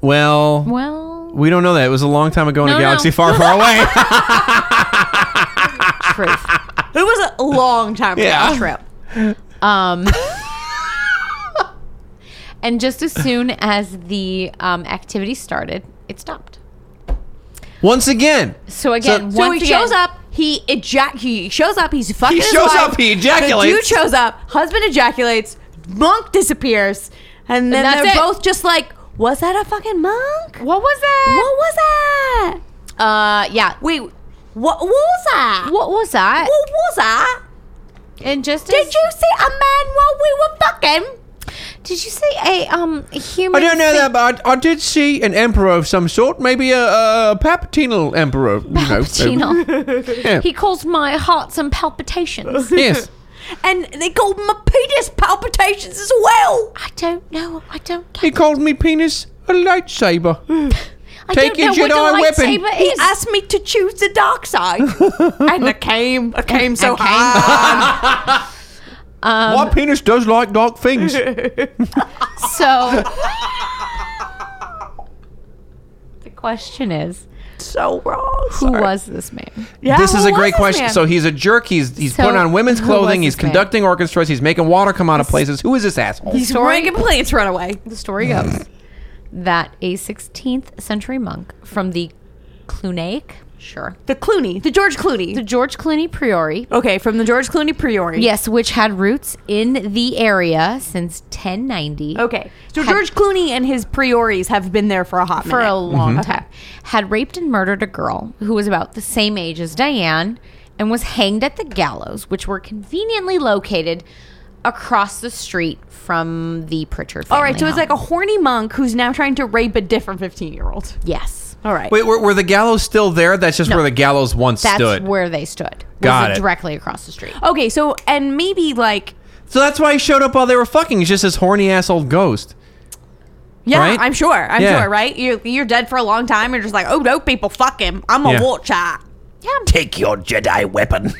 Well,
Well,
we don't know that. It was a long time ago in
No,
a
no.
galaxy far, far away.
truth.
It was a long time ago.
Yeah.
Trip.
Um, and just as soon as the um, activity started, it stopped.
Once again.
So again,
So-
So
once
he
again-
shows up. He ejac. He shows up. He's fucking.
He
his
shows
wife.
up, he ejaculates.
The dude shows up. Husband ejaculates. Monk disappears. And then
And that's
they're
it.
both just like, "Was that a fucking monk?
What was that?
What was that?
Uh, yeah.
Wait, what was that?
What was that?
What was that?
And just
Did
as-
you see a man while we were fucking?"
did you see a um human?
I don't know
fi-
that, but I, I did see an emperor of some sort, maybe a, a Palpatinal emperor. you know, so-
Palpatine.
yeah.
he caused my heart some palpitations.
yes.
And they called my penis palpitations as well.
I don't know. I don't. Get,
He called me penis a lightsaber.
I
Take
don't
your
know
Jedi
what a
weapon.
lightsaber
He
is.
asked me to choose the dark side, and I came. I came so
came.
hard.
My penis does like dark things.
so the question is,
So wrong.
who was this man?
Yeah,
this is
who
a great
was this
question.
man?
So he's a jerk. He's he's
So,
putting on women's
who was
clothing. He's
this man?
conducting orchestras. He's making water come out of places. Who is this asshole?
He's making plants run away.
The story goes that a 16th century monk from the Cluniac, sure,
The Clooney, the George Clooney.
the George Clooney Priory,
okay, from the George Clooney Priory.
yes, which had roots in the area since 1090.
Okay. So
Had-
George Clooney and his priories have been there for a hot
For
minute.
a long time, had raped and murdered a girl who was about the same age as Diane and was hanged at the gallows, which were conveniently located across the street from the Pritchard family.
All right, so it's
home.
like a horny monk who's now trying to rape a different 15 year old.
Yes.
All right.
Wait, were, were the gallows still there? That's just
No.
where the gallows once
That's
stood.
where they stood. Was
Got it.
Directly across the street.
Okay, so, and maybe like,
so that's why he showed up while they were fucking. He's just this horny ass old ghost.
yeah,
Right?
I'm sure. I'm
Yeah.
sure, right? You're, you're dead for a long time. You're just like, oh no, people, fuck him. I'm going
Yeah.
to watch that.
Yeah.
Take your Jedi weapon.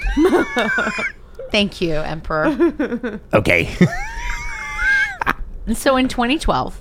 Thank you, Emperor.
Okay.
And so in 2012,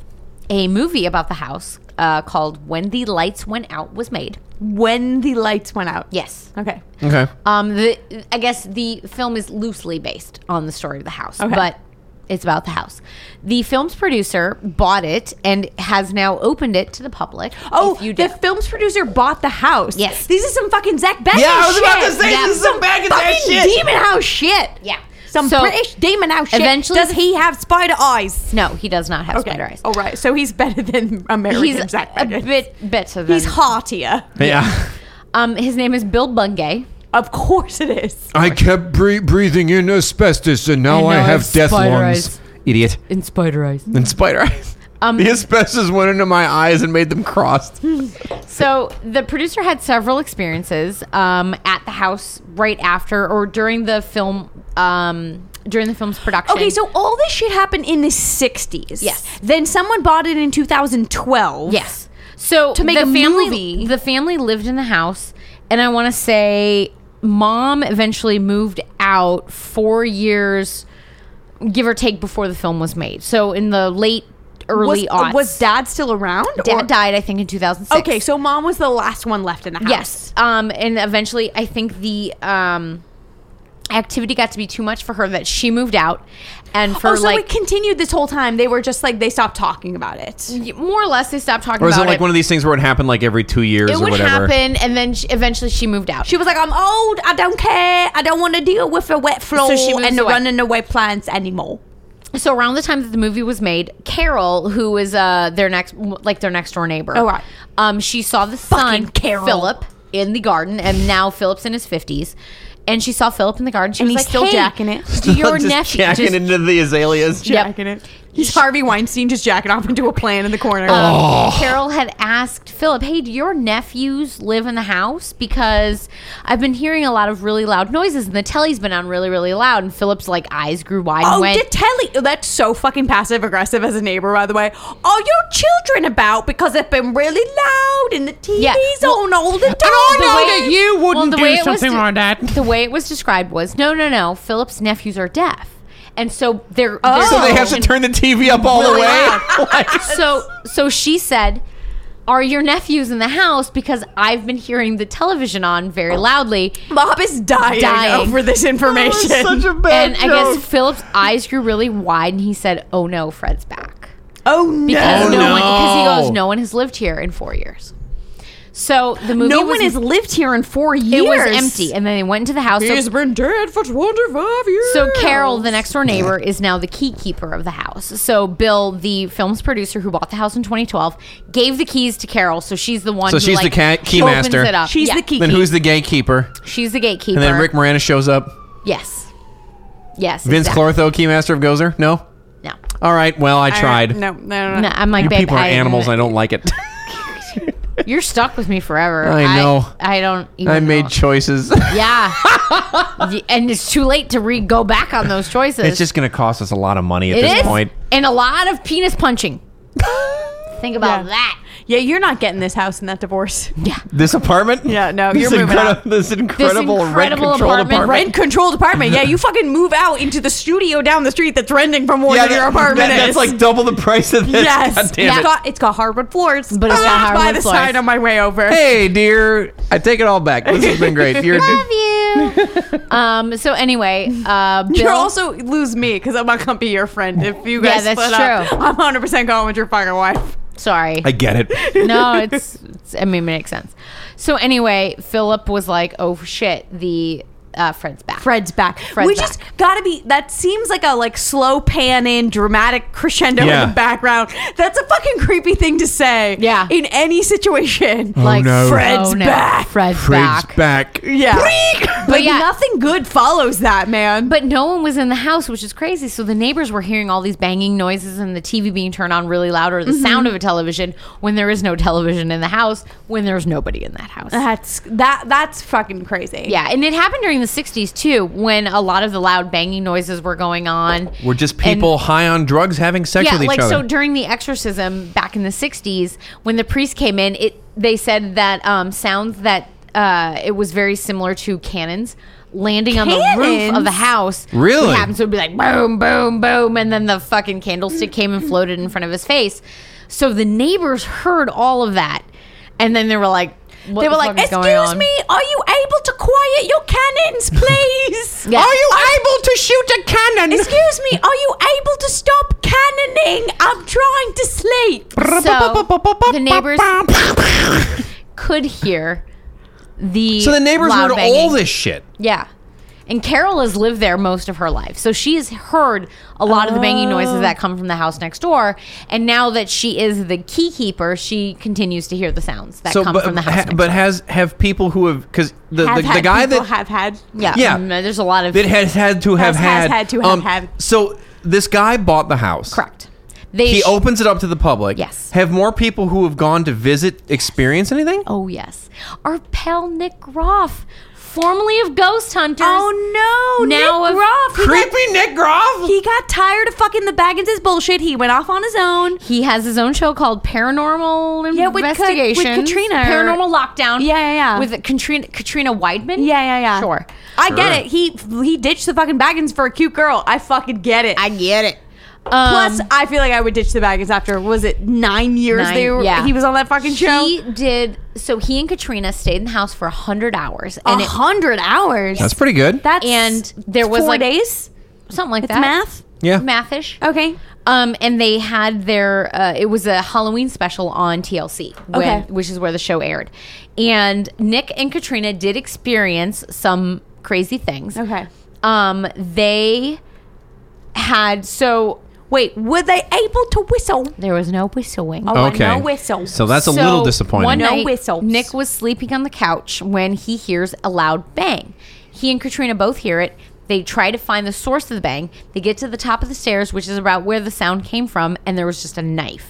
a movie about the house uh, called When the Lights Went Out was made.
When the lights went out.
Yes.
Okay.
Okay.
Um, the I guess the film is loosely based on the story of the house,
Okay.
but it's about the house. The film's producer bought it and has now opened it to the public.
Oh,
If you
the
did.
film's producer bought the house.
Yes.
These are some fucking Zach Bagans
Yeah, I was about
shit.
to say, this is some Bagans ass
fucking
shit.
demon house shit.
yeah,
Some
So-
British demon house shit.
eventually-
Does he have spider eyes?
No, he does not have spider eyes.
All right. So he's better than American
He's
Zach
a
Bagans.
bit better than
he's heartier.
Yeah.
Um, his name is Bill Bungay.
Of course it is.
I kept bre- breathing in asbestos, and now
And
I
now I
have
have
death
spider
lungs.
eyes.
Idiot.
In spider eyes.
And spider eyes.
Um,
the asbestos went into my eyes and made them crossed.
So the producer had several experiences um, at the house right after or during the film um, during the film's production.
Okay, so all this shit happened in the 60s.
Yes.
Then someone bought it in 2012.
yes, so
To make
the
a
family,
movie.
the family lived in the house, and I want to say mom eventually moved out four years, give or take, before the film was made. So in the late
Was,
early aughts,
was dad still around?
uh, Dad
or-
died? I think in two thousand six.
Okay, so mom was the last one left in the house.
Yes. Um, and eventually, I think the um, activity got to be too much for her that she moved out, and for
oh, so
like
it continued this whole time. They were just like they stopped talking about it.
more or less, they stopped talking
Or is
about
it like one of these things where it happened like every two years
it
or
would
whatever?
happen, and then she, eventually she moved out.
She was like, "I'm old. I don't care. I don't want to deal with a wet floor
So she moves
and the
away.
running away plants anymore."
so around the time that the movie was made, Carol, who was uh their next like their next door neighbor,
Oh, right.
um, she saw the
Fucking
son
Carol.
Philip in the garden, and now Philip's in his fifties. And she saw Philip in the garden. She
And
was
he's
like,
still
hey,
jacking it.
Do your
Just
nephew
jacking
just-
into the azaleas.
Yep.
it. He's Harvey Weinstein just jacking off into a plant in the corner. Oh,
uh,
Oh.
Carol had asked Philip, "Hey, do your nephews live in the house? Because I've been hearing a lot of really loud noises, and the telly's been on really, really loud." And Philip's like eyes grew wide. and
oh,
went,
did Telly? oh, That's so fucking passive aggressive as a neighbor, by the way. Are your children about? Because they've been really loud and the TV's
Yeah, well-
on all the time.
Oh,
The
know
way-
that you
well,
wouldn't
the
do
way it was
something
de-
like that.
The way it was described was, "No, no, no. Philip's nephews are deaf, and so they're, they're
Oh.
So they have to turn the TV up all the
Really
way.
loud. so so she said are your nephews in the house because i've been hearing the television on very loudly
Bob is dying,
Dying.
over this information.
and i guess philip's eyes grew really wide and he said oh no fred's back
oh no!
because no,
no.
one because he goes no one has lived here in four years so the movie
No
was,
one has lived here in four years.
it was empty and then they went into the house so,
been dead for 25 years.
so carol the next door neighbor is now the key keeper of the house so bill the film's producer who bought the house in 2012 gave the keys to carol so she's the one
So
who,
she's the
like,
ca- key
opens
master.
it up.
She's
Yeah.
the key.
Then who's the gatekeeper?
She's the gatekeeper.
And then Rick Moranis shows up.
Yes. Yes.
Vince
exactly.
Clortho, keymaster of Gozer? No?
No.
All right. Well, I tried.
Uh, No, no, no.
No, I'm like,
You
babe,
people are
I-
animals. and I don't like it.
You're stuck with me forever.
I know.
I, don't even.
I made
know.
choices.
Yeah. Y- and it's too late to re go back on those choices.
it's just going to cost us a lot of money at
It
this
is.
point.
And a lot of penis punching. Think about that.
Yeah, you're not getting this house in that divorce.
This apartment?
Yeah, no,
This,
you're moving
incredi-
out.
this incredible,
This incredible
rent control
apartment,
apartment.
Rent controlled apartment. Yeah, you fucking move out into the studio down the street that's renting from one of
that-
your apartment.
that-
is.
that's like double the price of this.
yes,
God damn
it's
it.
got it's got hardwood floors,
But it's got
Ah, by
hardwood
the
floors.
side on my way over.
Hey, dear. I take it all back. This has been great. You're,
Love you. um. So anyway, uh, Bill.
You'll also lose me because I'm not gonna be your friend if you guys
Yeah, that's
split up.
true.
I'm 100 percent going with your fucking wife.
sorry.
I get it.
no, it's, it's I mean, it makes sense. So anyway, Philip was like, "Oh shit, the uh, Fred's back."
Fred's back.
Fred's
we just gotta be. That seems like a like slow pan in, dramatic crescendo
Yeah.
in the background. That's a fucking creepy thing to say.
Yeah.
In any situation.
Mm.
like
no.
Fred's back.
Oh, Fred's,
Fred's
back.
back.
yeah. Like
yeah.
nothing good follows that, man.
But no one was in the house, which is crazy. So the neighbors were hearing all these banging noises and the TV being turned on really loud or the
Mm-hmm.
sound of a television when there is no television in the house, when there's nobody in that house.
that's that. That's fucking crazy.
Yeah, and it happened during the 60s too when a lot of the loud banging noises were going on.
We're just
And-
people high on drugs having sex
yeah,
with each
like
other.
so during the exorcism back in the 60s when the priest came in, it they said that um, sounds that uh, it was very similar to cannons landing on the roof of
Cannons?
the house.
Really?
What happens would be like boom, boom, boom, and then the fucking candlestick came and floated in front of his face. So the neighbors heard all of that, and then they were like, what
They
the
were like,
fuck is going
"Excuse
on?"
me, are you able to quiet your cannons, please?
Yeah.
Are you able to shoot a cannon?
Excuse me, are you able to stop cannoning? I'm trying to sleep.
So the neighbors could hear the
So the neighbors
loud
heard all
banging.
this shit.
Yeah. And Carol has lived there most of her life. So she has heard a lot of the banging noises that come from the house next door. And now that she is the key keeper, she continues to hear the sounds that
so,
come
but,
from the house
ha-
next
but
door.
has have people who have because the
Have
the, the
had
guy
people
that
have had.
Yeah.
yeah.
Mm, there's a lot of.
that has had to have
Has- has
had, um,
had to have had.
So this guy bought the house.
correct. They
He
sh-
opens it up to the public.
Yes.
Have more people who have gone to visit experience anything?
Oh, yes. Our pal Nick Groff, formerly of Ghost Hunters.
Oh no,
Now
Nick
of-
Groff. He got,
Creepy Nick Groff.
he got tired of fucking the Bagginses bullshit. He went off on his own.
He has his own show called Paranormal
Yeah, with Ka- with
Investigation.
Katrina.
Paranormal Lockdown.
Yeah, yeah, yeah.
With Katrina, Katrina Weidman.
Yeah, yeah, yeah.
Sure.
I get it. He he ditched the fucking Baggins for a cute girl. I fucking get it.
get it. Um,
Plus, I feel like I would ditch the Baggins after was it nine years?
Nine-
they were,
yeah.
he was on that fucking show.
He did. So he and Katrina stayed in the house for hundred hours, and
a
it,
hundred hours.
That's pretty good.
That's
and there was
four
like
days.
something like
It's
that.
math.
Yeah.
mathish.
Okay.
Um, and they had their. Uh, it was a Halloween special on TLC, when,
Okay.
which is where the show aired. And Nick and Katrina did experience some crazy things.
Okay.
Um, they had so
Wait, were they able to whistle?
there was no whistling.
Oh,
Okay.
no whistle.
So that's a
So,
little disappointing.
One
No
night,
whistles.
Nick was sleeping on the couch when he hears a loud bang. He and Katrina both hear it. They try to find the source of the bang. They get to the top of the stairs, which is about where the sound came from, and there was just a knife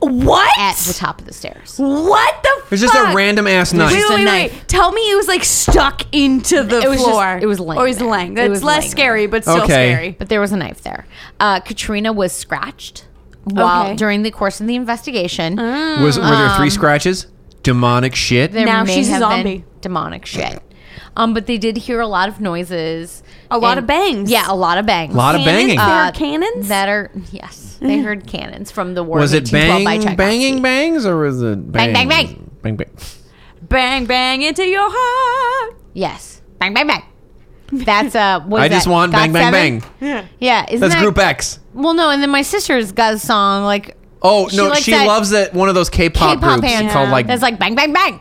what?
at the top of the stairs.
What the?
It's just
fuck?
a random ass
There's
knife.
Wait,
just a
wait, wait,
knife.
wait. Tell me it was like stuck into the
It was just-
floor.
it was laying
Or it was
there.
laying.
It
That's
was
less
laying
scary, but still
Okay.
scary.
But there was a knife there. Uh, Katrina was scratched while
Okay. Uh,
during the course of the investigation.
Was were there three scratches? Demonic shit.
um, There
Now
may
she's a
have been
zombie.
demonic shit. Um, but they did hear a lot of noises.
A lot of bangs.
Yeah, a lot of bangs. Uh,
a lot of
Cannons?
banging.
There are cannons?
that are yes. They heard cannons from the war.
was
of
it
1812 by
bang,
Tchaikovsky.
banging bangs or was it
Bang, bang,
bangs?
bang.
bang bang?
Bang bang into your heart.
Yes, bang bang bang. That's uh. What is
I just
that?
want bang
Got
bang
Seven?
bang.
Yeah, isn't
That's
that,
Group X.
Well, no, and then my sister's got a song like
Oh
She
no,
likes
she
that
loves that one of those K-pop,
K-pop
groups
band
called like
that's like bang bang bang.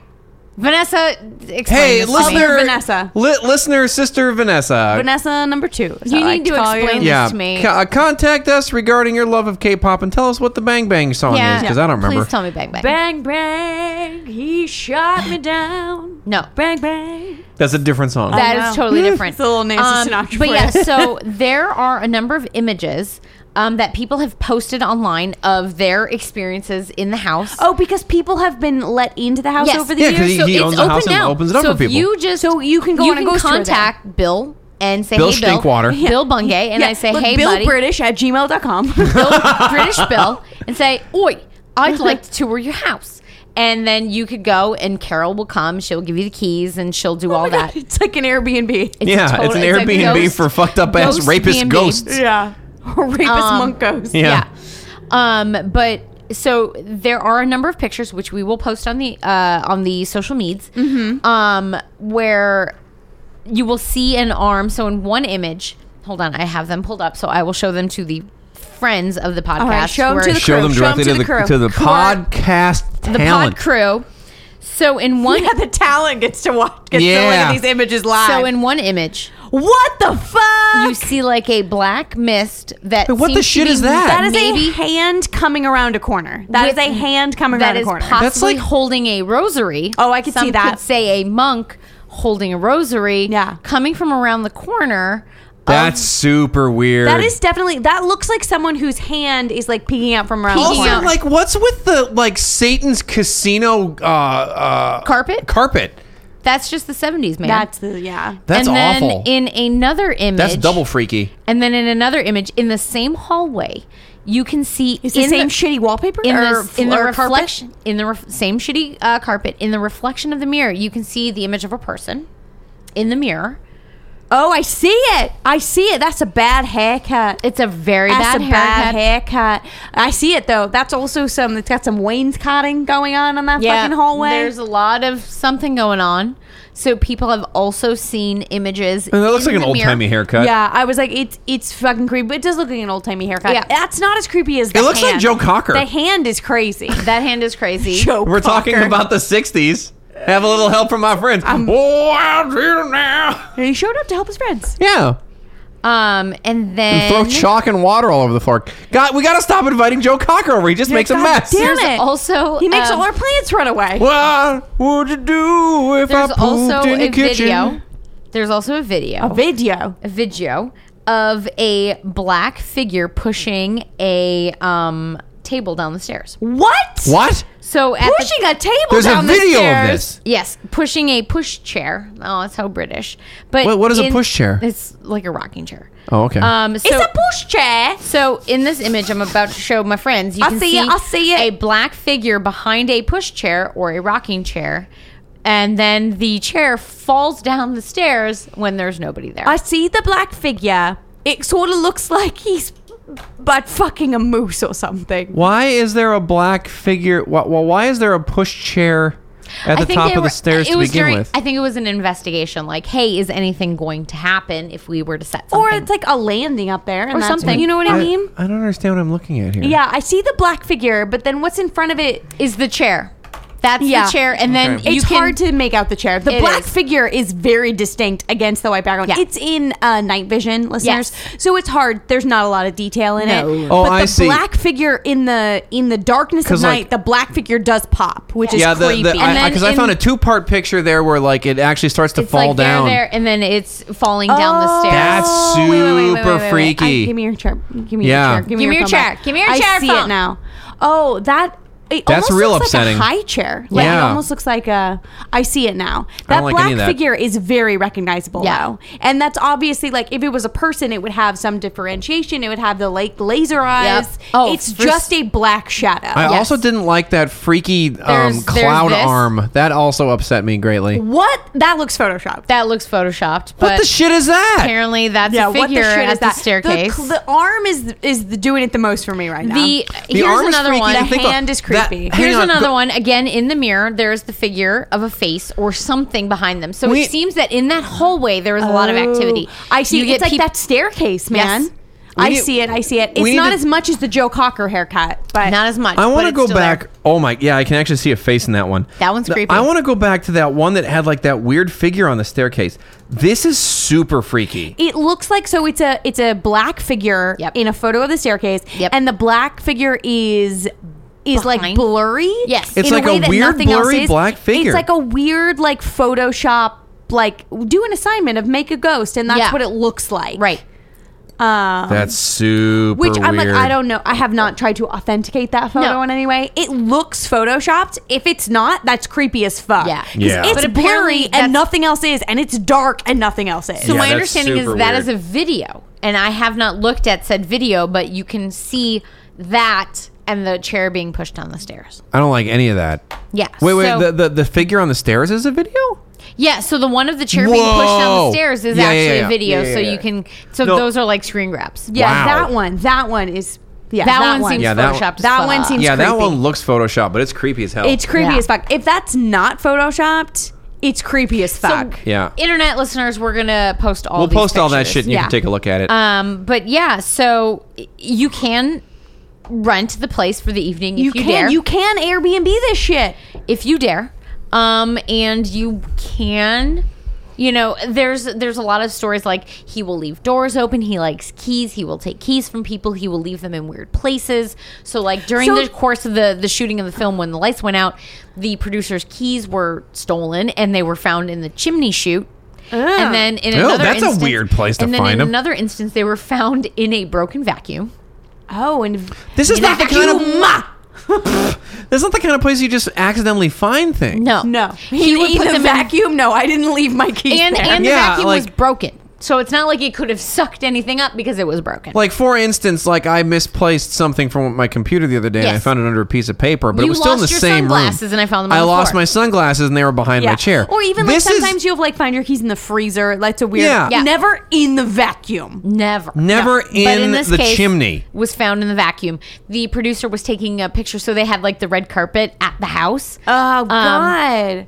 Vanessa, explain
Hey,
this to
listener,
me.
Vanessa.
li- listener, sister Vanessa.
Vanessa number two. is
You
how I
need to
call you.
explain
Yeah,
this to me.
Co- uh, contact us regarding your love of K-pop and tell us what the Bang Bang song is because I don't remember.
Please tell me bang bang.
Bang bang, he shot me down.
no,
Bang bang.
That's a different song.
That
I
is
know.
totally different. Um,
It's a little Nancy Sinatra
But
for
yeah,
it.
so there are a number of images um, that people have posted online of their experiences in the house.
Oh, because people have have been let into the house
Yes.
over the
Yeah, 'cause
years.
he-
so
he
it's
owns the
open
house and
now.
opens it up
so
for people.
If you just
So you can go
you
on a
can
ghost tour then.
contact Bill and say
Bill
hey Bill
Stinkwater. Yeah.
Bill Bungay, and
Yeah,
I say
look,
hey
Bill
buddy,
British at gmail.com.
Bill, British Bill, and say oi, I'd like to tour your house. And then you could go, and Carol will come. She'll give you the keys, and she'll
Oh
do all that.
it's like an Airbnb.
It's
yeah,
total-
it's an
a
Airbnb
ghost-
for fucked up ass
ghost
rapist
B&B.
ghosts.
Yeah. Rapist
Um,
monk ghost.
Yeah.
yeah. Um, but so there are a number of pictures which we will post on the uh, on the social medias
Mm-hmm.
um, where you will see an arm. So in one image, hold on, I have them pulled up, so I will show them to the friends of the podcast.
right, show 'em
where-
to the
Show
crew.
them
Show 'em
directly
to
to the
the crew.
to the
Crew.
podcast
the
talent.
pod crew. So in one,
Yeah, the talent gets to watch gets to look
Yeah.
at these images live.
so in one image,
what the fuck?
you see like a black mist that.
Wait, what the
seems to
shit
be-
is that?
that is
maybe-
a hand coming around a corner. That is
With-
a hand coming
That
around a
is
corner.
possibly
That's like-
holding a rosary.
Oh, I could
Some
see that.
Could say a monk holding a rosary.
Yeah.
coming from around the corner. of-
That's super weird.
that is definitely that looks like someone whose hand is like peeking out from around the
Peeking
also
corner.
out.
like what's with the like Satan's casino uh, uh,
Carpet?
Carpet.
that's just the seventies, man.
That's the yeah.
That's
and then
awful.
in another image,
That's double freaky.
And then in another image, in the same hallway, you can see
It's the
in
same shitty wallpaper
in the,
or
s- in the
or carpet?
reflection in the ref, same shitty uh, carpet in the reflection of the mirror. You can see the image of a person in the mirror.
Oh, I see it. I see it. That's a bad haircut.
It's a very
That's
bad
a
haircut.
bad haircut. I see it though. That's also some. It's got some wainscoting going on in that fucking hallway.
There's a lot of something going on. So people have also seen images.
And that looks
in
like an
the
old
mirror.
timey haircut.
yeah, I was like, it's it's fucking creepy. But it does look like an old timey haircut.
Yeah.
that's not as creepy as the
It looks like
hand.
Joe Cocker.
The hand is crazy.
That hand is crazy.
Joe
We're talking
Cocker.
about the 60s. Have a little help from my friends. oh, out here now.
He showed up to help his friends.
Yeah.
Um, and then
Throw chalk and water all over the floor. God, we got to stop inviting Joe Cocker over. He just makes a
God
mess.
damn
There's
it.
also
He makes
um,
all our plants run away.
What would you do if
There's
I pooped
also
in the
a
kitchen?
video. There's also a video.
A video.
a video of a black figure pushing a um table down the stairs.
What?
What?
So at the-
Pushing a table
There's a
down the
video of
stairs.
this.
Yes, pushing a push chair. Oh, that's how British. But
What- what is a push chair?
It's like a rocking chair.
Oh, okay.
Um, so,
it's a push chair.
so in this image, I'm about to show my friends. You
I
can
see it, I see it.
a black figure behind a push chair or a rocking chair, and then the chair falls down the stairs when there's nobody there.
I see the black figure. It sort of looks like he's but fucking a moose or something.
Why is there a black figure? wh- Well, why is there a push chair
I
at the
think
top
they
of the
were- uh,
stairs
it
to
was
begin
during-
with?
I think it was an investigation. Like, hey, is anything going to happen if we were to set something?
Or it's like a landing up there and
Or
that's-
something.
You know what I, mean?
I don't understand what I'm looking at here.
Yeah, I see the black figure, but then what's in front of it?
is the chair. That's
Yeah.
the chair, and then
Okay.
you
It's
can-
hard to make out the chair. The
It
black
is.
figure is very distinct against the white background.
Yeah.
It's in uh, night vision, listeners, so it's hard. There's not a lot of detail in
No.
it.
Oh,
but
I
the
see.
black figure in the in the darkness of
'Cause,
night,
like-
the black figure does pop, which
Yeah,
is
the,
creepy.
the,
And
I,
then
because I,
in-
found a two-part picture there where like it actually starts to
It's
fall
like there,
down.
there, and then it's falling down the
Oh.
stairs.
That's
wait,
super
wait, wait, wait, wait, wait.
freaky.
I- give me your chair. Give me your
Yeah.
chair.
Give me your
phone
chair.
back.
Give me your
I
chair
see it
phone.
now. Oh, that. It
That's
almost
real
looks
upsetting.
Like a high chair. Like, It
Yeah.
almost looks like a. I see it now.
I
That
don't like any
black
of that.
figure is very recognizable.
Yeah.
though. and that's obviously like if it was a person, it would have some differentiation. It would have the like laser eyes.
Oh,
it's
for
just
s-
a black shadow.
I
Yes.
also didn't like that freaky um,
There's- there's
cloud
this.
arm. That also upset me greatly. What,
what? That looks photoshopped.
That looks photoshopped, but
the shit is that?
apparently that's a figure at the staircase.
The, arm is is the, doing it the most for me right now.
The,
arm
here's
is
another
freaky.
one.
I think the-
hand is
that-
creepy.
hang
Here's
on,
another
go-
one. Again, in the mirror, there's the figure of a face or something behind them. So
We-
it seems that in that hallway there was a lot of activity.
Oh, I see.
You
it's like
peop-
that staircase, man.
Yes.
I
need-
see it. I see it.
we
It's
need
not
to-
as much as the Joe Cocker haircut, but
Not as much.
I
but
want to
it's
go
still there.
back. Oh my, yeah, I can actually see a face in that one.
That one's
The-
creepy.
I want to go back to that one that had like that weird figure on the staircase. This is super freaky.
It looks like so. It's a it's a black figure
Yep.
in a photo of the staircase,
Yep.
and the black figure is. Is like
Behind?
blurry.
Yes.
It's
in
like a
way that
weird
nothing else
blurry
is.
black figure.
It's like a weird like Photoshop, like do an assignment of make a ghost, and that's
Yeah.
what it looks like.
Right.
Um,
That's super
Which I'm
weird.
like, I don't know. I have not tried to authenticate that photo
No.
in any way. It looks photoshopped. If it's not, that's creepy as fuck.
Yeah.
'Cause
Yeah.
It's
But apparently
blurry
that's-
and nothing else is, and it's dark and nothing else is.
So my
Yeah, that's
understanding is
super
that
weird.
is a video, and I have not looked at said video, but you can see that and the chair being pushed down the stairs.
I don't like any of that.
Yeah.
Wait, wait.
so-
the, the the figure on the stairs is a video.
Yeah, so the one of the chair being pushed down
Whoa.
the stairs is
Yeah, yeah,
actually
yeah.
a video,
Yeah, yeah,
so
yeah.
you can. So
No.
those are like screen grabs.
yeah,
Wow.
that one. That one is. Yeah,
that, one, seems
Yeah, that one-
photoshopped. as
that
fuck.
one seems- It's
yeah, that
creepy.
one looks photoshopped, but it's creepy as hell.
It's creepy
Yeah.
as fuck. If that's not photoshopped, it's creepy as fuck.
yeah.
Internet listeners, we're gonna post all.
we'll
these
post all that
pictures.
shit and you
Yeah.
can take a look at it.
Um, but yeah, so y- you can rent the place for the evening if you,
you, can
dare.
you can Airbnb this shit.
if you dare. Um, and you can, you know, there's there's a lot of stories like he will leave doors open. He likes keys. He will take keys from people. He will leave them in weird places. So like during
So-
the course of the the shooting of the film, when the lights went out, the producer's keys were stolen and they were found in the chimney chute. And then in
Oh,
another
that's a
instance-
weird place to
and then
find
in
'em.
another instance, they were found in a broken vacuum.
Oh, and
this is
you know,
not the kind of
you ma-
this is not the kind of place you just accidentally find things.
No,
no,
he, would put
in the
them in
vacuum. No, I didn't leave my keys
and
there.
and the
Yeah,
vacuum
like-
was broken. So it's not like it could have sucked anything up because it was broken.
Like for instance, like I misplaced something from my computer the other day, and I
Yes.
found it under a piece of paper, but
You
it was still in the
lost your
same room.
sunglasses, and I found them on
I
the
lost
floor.
my sunglasses, and they were behind my chair.
Or even like
This is-
sometimes you have like find your keys in the freezer. That's a weird.
Yeah. Yeah.
Never in the vacuum.
Never.
Never in,
but in this
the
case,
chimney.
was found in the vacuum. The producer was taking a picture, so they had like the red carpet at the house.
Oh
Um,
God.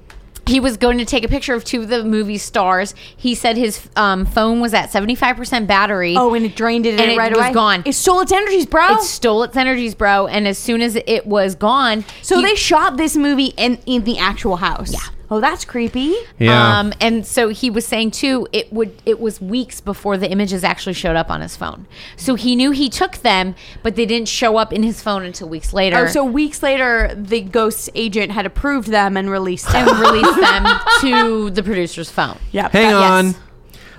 he was going to take a picture of two of the movie stars. He said his um, phone was at seventy five percent battery.
oh, and it drained it,
and it
right
was
away.
gone.
It stole its energies, bro.
It stole its energies, bro. And as soon as it was gone,
so
he-
they shot this movie in in the actual house. Yeah. Oh, that's creepy.
yeah.
Um, and so he was saying too, it would it was weeks before the images actually showed up on his phone. So he knew he took them, but they didn't show up in his phone until weeks later.
Oh, so weeks later, the ghost agent had approved them and released them.
and released them to the producer's phone.
yeah.
Hang on.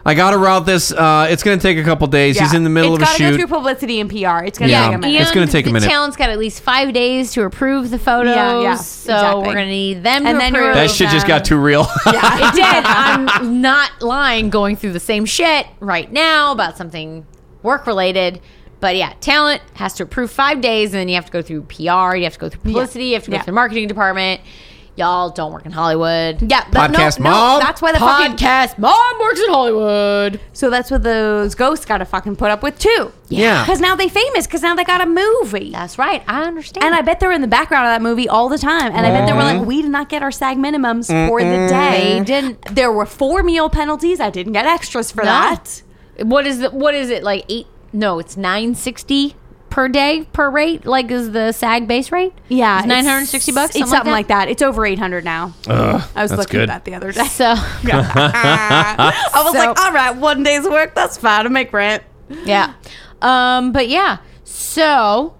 I gotta route this. Uh, it's gonna take a couple days. He's in the middle
It's
of a
gotta go
shoot.
through publicity and PR. It's gonna
Yeah.
take a minute.
It's gonna take a minute.
The town's got at least five days to approve the photos.
Yeah, yeah,
so
exactly.
we're gonna need them
And
to
then you're-
approve.
that shit just got too real.
it did. I'm not lying. Going through the same shit right now about something work related. But yeah, talent has to approve five days, and then you have to go through PR. You have to go through publicity. You have to go
Yeah.
through marketing department. Y'all don't work in Hollywood.
Yeah, that- no,
Podcast
no,
mom?
that's why the fucking
podcast mom works in Hollywood.
So that's what those ghosts got to fucking put up with too.
Yeah.
Because now they famous. Because now they got a movie.
That's right. I understand.
And I bet they're in the background of that movie all the time. And I bet they were like, we did not get our SAG minimums for the day.
They didn't.
There were four meal penalties. I didn't get extras for that.
What is the what is it like eight? No, it's nine sixty per day per rate. Like is the SAG base rate?
Yeah,
it's nine hundred sixty bucks.
It's something like that. It's over eight hundred now. I was looking
good.
at that the other day.
So
I was like, all right, one day's work. That's fine. I make rent.
yeah, um, but yeah, so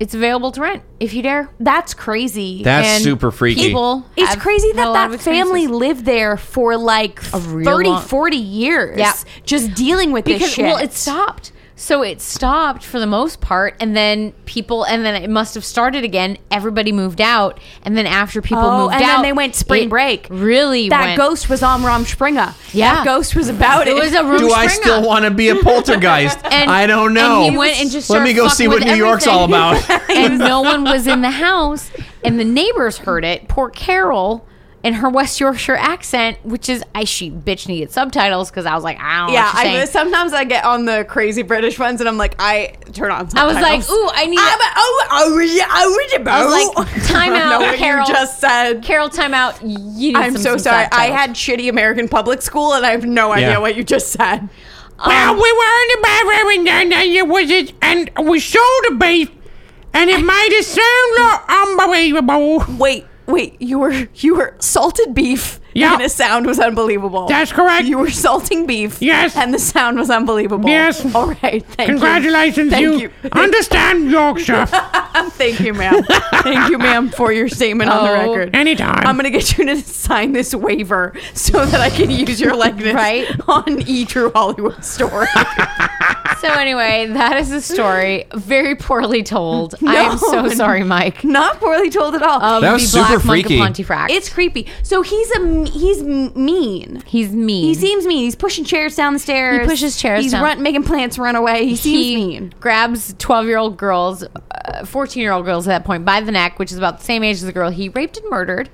it's available to rent if you dare.
That's crazy.
That's
And
super freaky.
People,
It's
have
crazy
had a
that
lot of
that
experiences.
family lived there for like
real
30,
long-
40 years.
Yeah.
Just dealing with this
because
shit.
well, it stopped. So it stopped for the most part, and then people, and then it must have started again. Everybody moved out, and then after people
Oh,
moved
and then
out,
they went spring
it
break.
Really,
That
went-
ghost was on Rom Springer.
Yeah.
That ghost was about it.
It was a room.
Do I
Springer.
still want to be a poltergeist?
And-
I don't know.
and he went and just
Let me
started
go see
fucking
what New
with
York's all about.
everything. and no one was in the house, and the neighbors heard it. Poor Carol and her West Yorkshire accent, which is I she bitch needed subtitles because I was like, I don't know.
yeah,
what she's
I,
saying.
sometimes I get on the crazy British ones and I'm like, I turn on.
I was like,
subtitles.
ooh, I need.
I'm a, oh, oh, yeah, oh, yeah,
I was
bro.
like, time
I don't know
out,
what you
Carol.
just said.
Carol, time out. You need
I'm
some-
so
some
sorry. I
subtitles.
had shitty American public school and I have no idea
Yeah.
what you just said. Um,
Well, we were in the bathroom and then and it was it, and we saw the beef, and it made it sound look unbelievable.
Wait, wait, you were you were salted beef.
Yeah.
And the sound was unbelievable.
That's correct.
You were salting beef.
Yes.
And the sound was unbelievable.
Yes.
All right. Thank
Congratulations,
you.
you, understand Yorkshire.
Thank you, ma'am. Thank you, ma'am, for your statement on the
Oh.
record.
Anytime.
I'm gonna get you to sign this waiver so that I can use your likeness
Right.
on E True Hollywood Story.
So anyway, that is the story. Very poorly told. I am so
No.
sorry, Mike.
Not poorly told at all.
Of
That was
the
super
Black Monk of
freaky.
Pontefract.
it's creepy. So he's a m- he's m- mean.
he's mean.
He seems mean. He's pushing chairs down the stairs.
Mm-hmm. He pushes chairs
He's
down.
Run, making plants run away. He seems
he
mean.
grabs 12 year old girls, 14 year old girls at that point, by the neck, which is about the same age as the girl he raped and murdered,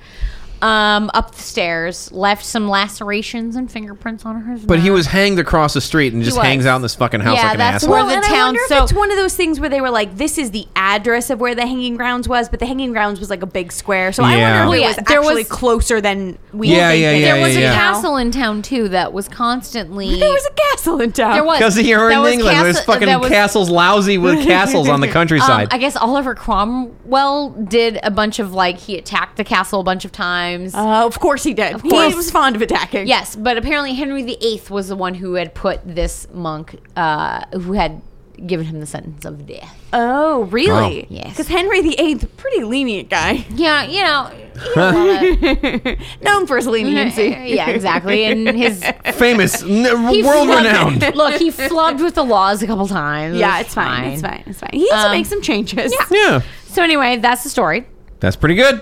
um, up the stairs, left some lacerations and fingerprints on her.
But he was hanged across the street and just
was.
hangs out in this fucking house
Yeah,
like an
that's
asshole.
where the
and I
town-
wonder
so-
if it's one of those things where they were like, "This is the address of where the hanging grounds was," but the hanging grounds was like a big square. So
Yeah.
I
Well,
wonder if
yeah,
it was
there
actually
was-
closer than we.
Yeah,
think
yeah,
it
yeah,
there was
yeah,
a
yeah.
castle in town, too, that was constantly.
There was a castle in town.
There was.
Because here
That
in
was
England,
castle-
there's fucking
that was-
castles lousy with castles on the countryside.
Um, I guess Oliver Cromwell did a bunch of like he attacked the castle a bunch of times.
Uh, of course he did.
course.
He was fond of attacking.
Yes, but apparently Henry VIII was the one who had put this monk, uh, who had given him the sentence of death.
Oh, really?
Wow.
Yes.
Because Henry VIII, pretty lenient guy,
Yeah, you know, you don't wanna-
known for his leniency.
yeah, exactly. And his
Famous,
he
n- world
flubbed-
renowned.
Look, he flubbed with the laws a couple times.
Yeah, it's fine. It's fine. It's fine. He needs to
Um,
make some changes. Yeah.
Yeah,
So anyway, that's the story.
that's pretty good.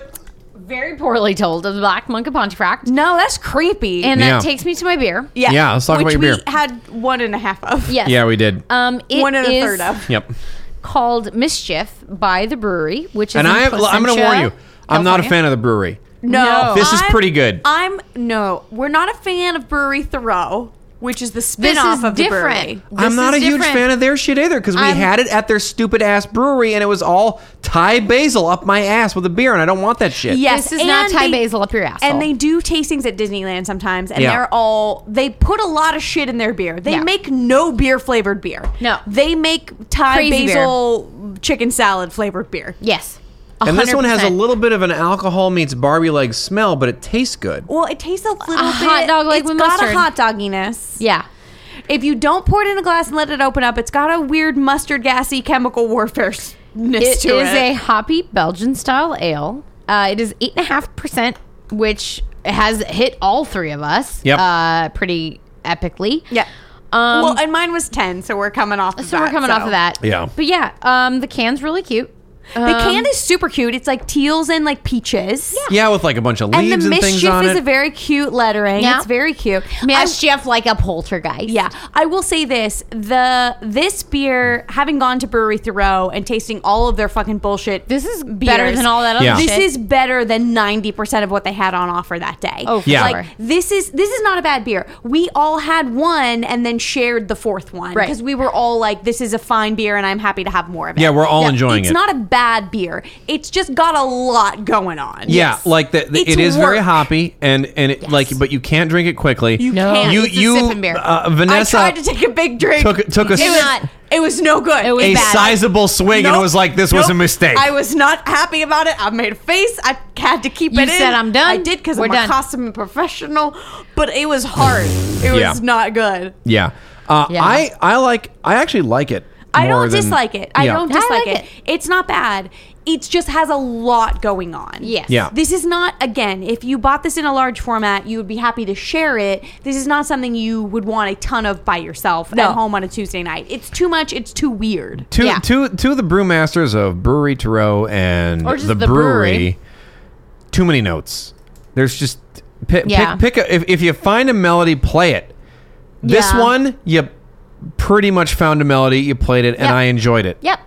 very poorly told of the Black Monk of Pontefract.
No, that's creepy.
And
Yeah.
that takes me to my beer.
yeah,
Yeah, let's talk
which
about your beer.
we had one and a half of.
Yes.
Yeah, we did.
Um, it
one and a
is
third of.
yep.
called Mischief by the brewery, which is
And
in
I, I'm going to
Placentia,
warn you. I'm not a
California.
fan of the brewery.
No,
This is
I'm-
pretty good.
I'm no, we're not a fan of Brewery Thoreau, which is the
This
spin-off
is
of the brewery.
different.
I'm
This
not a
is
huge
different.
fan of their shit either because we
I'm-
had it at their stupid ass brewery and it was all Thai basil up my ass with a beer and I don't want that shit.
Yes,
This is not
and
Thai basil up your asshole.
And they do tastings at Disneyland sometimes, and
Yeah.
they're all they put a lot of shit in their beer. They
Yeah.
make no beer flavored beer.
No.
they make Thai
Crazy beer.
basil chicken salad flavored beer.
Yes.
And this one has a
100%.
little bit of an alcohol meets Barbie leg smell, but it tastes good.
Well, it tastes a little bit.
hot dog like
it's
with
got
mustard.
a hot dogginess.
Yeah.
If you don't pour it in a glass and let it open up, it's got a weird mustard gassy chemical warfare ness to
It is
it.
a hoppy Belgian style ale. Uh, it is eight and a half percent, which has hit all three of us.
Yep.
Uh, pretty epically.
yeah.
Um,
well, and mine was ten, so we're coming off. Of
so we're
that,
coming off
so.
of that. Um,
Yeah.
But yeah, um, the can's really cute.
The can is super cute. It's like teals and like peaches. Yeah.
Yeah, with like a bunch of
And
leaves
the
and, things
mischief
on
is a
it.
very cute lettering.
Yeah.
It's very cute. I-
Mass Jeff like a poltergeist.
yeah, I will say this: the this beer, having gone to Brewery Thoreau and tasting all of their fucking bullshit,
This is better
beers,
than all that other
Yeah.
shit.
This is better than ninety percent of what they had on offer that day.
Oh, for
Yeah.
like
sure.
this is this is not a bad beer. We all had one and then shared the fourth one
Right.
because we were all like, "This is a fine beer, and I'm happy to have more of it."
yeah, we're all
Yeah,
enjoying
it's
it.
not a bad beer. It's just got a lot going on.
yeah, like the, the,
It's
it is very
work.
hoppy and and it, like, but you can't drink it quickly.
You
No.
can't.
you
It's a
you
sipping beer.
uh,
I
Vanessa
tried to take a big drink.
took took a,
Do
s-
not.
It was no good.
It was
a
bad.
sizable swing and it
Nope.
was like this was
Nope.
a mistake.
I was not happy about it. I made a face. I had to keep
You
it in.
said, "I'm done.
I did because
We're
I'm
done."
a costume professional, but it was hard. It was
Yeah.
not good.
yeah. Uh,
Yeah.
I I like I actually like it.
I
more
don't
than-
dislike it. I
Yeah.
don't
I
dislike
like
it.
it.
It's not bad. It just has a lot going on.
Yes.
Yeah.
This is not again, if you bought this in a large format, you would be happy to share it. This is not something you would want a ton of by yourself
No.
at home on a Tuesday night. It's too much, it's too weird.
Two,
Yeah.
two, two of the brewmasters of Brewery Tarot and
Or just
the,
the
brewery,
brewery.
Too many notes. There's just pick,
Yeah.
pick, pick a, if, if you find a melody, play it. This
Yeah.
one, you pretty much found a melody, you played it, and
Yep.
I enjoyed it.
Yep.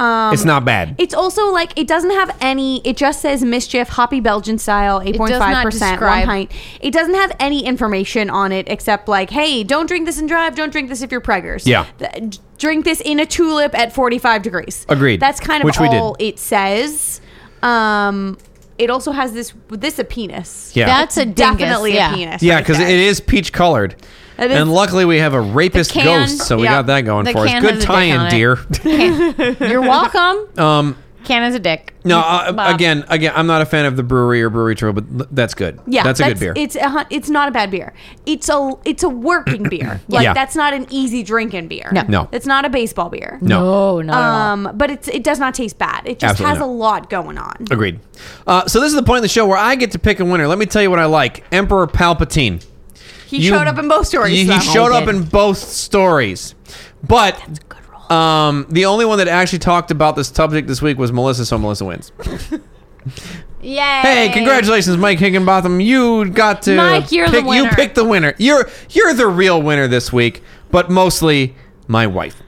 it's
Um,
not bad.
It's also like it doesn't have any. It just says mischief, hoppy Belgian style, eight point five percent, one
describe-
pint. It doesn't have any information on it except like, hey, don't drink this and drive. Don't drink this if you're preggers.
Yeah.
Th- d- drink this in a tulip at forty five degrees.
Agreed.
That's kind of
Which we did.
all it says. Um, it also has this this a penis.
yeah,
That's a dingus.
Definitely
yeah.
a penis.
yeah,
right
because it
there.
is peach colored.
It is-
and luckily, we have a rapist
can-
ghost, so we
yeah,
got that going
the
for us.
can
Good
has a dick on
tie-in,
it.
dear.
You're welcome.
um,
Can is a dick.
no, uh,
Bob.
again, again, I'm not a fan of the brewery or brewery trail, but l- that's good.
Yeah,
that's a good beer.
It's a, hun- it's not a bad beer. It's a it's a working beer. Like
Yeah.
that's not an easy drinking beer.
No.
No.
it's not a baseball beer.
No, not at all.
Um, but it's it does not taste bad. It just
Absolutely
has
not.
a lot going on.
Agreed. Uh, so this is the point of the show where I get to pick a winner. Let me tell you what I like: Emperor Palpatine.
He showed up in both stories.
He, he
though.
showed
He
up
did.
in both stories, but um, the only one that actually talked about this subject this week was Melissa. So Melissa wins.
Yay.
Hey, congratulations, Mike Higginbotham! You got to
Mike, you're the
pick, You
winner.
picked the winner. You're you're the real winner this week, but mostly my wife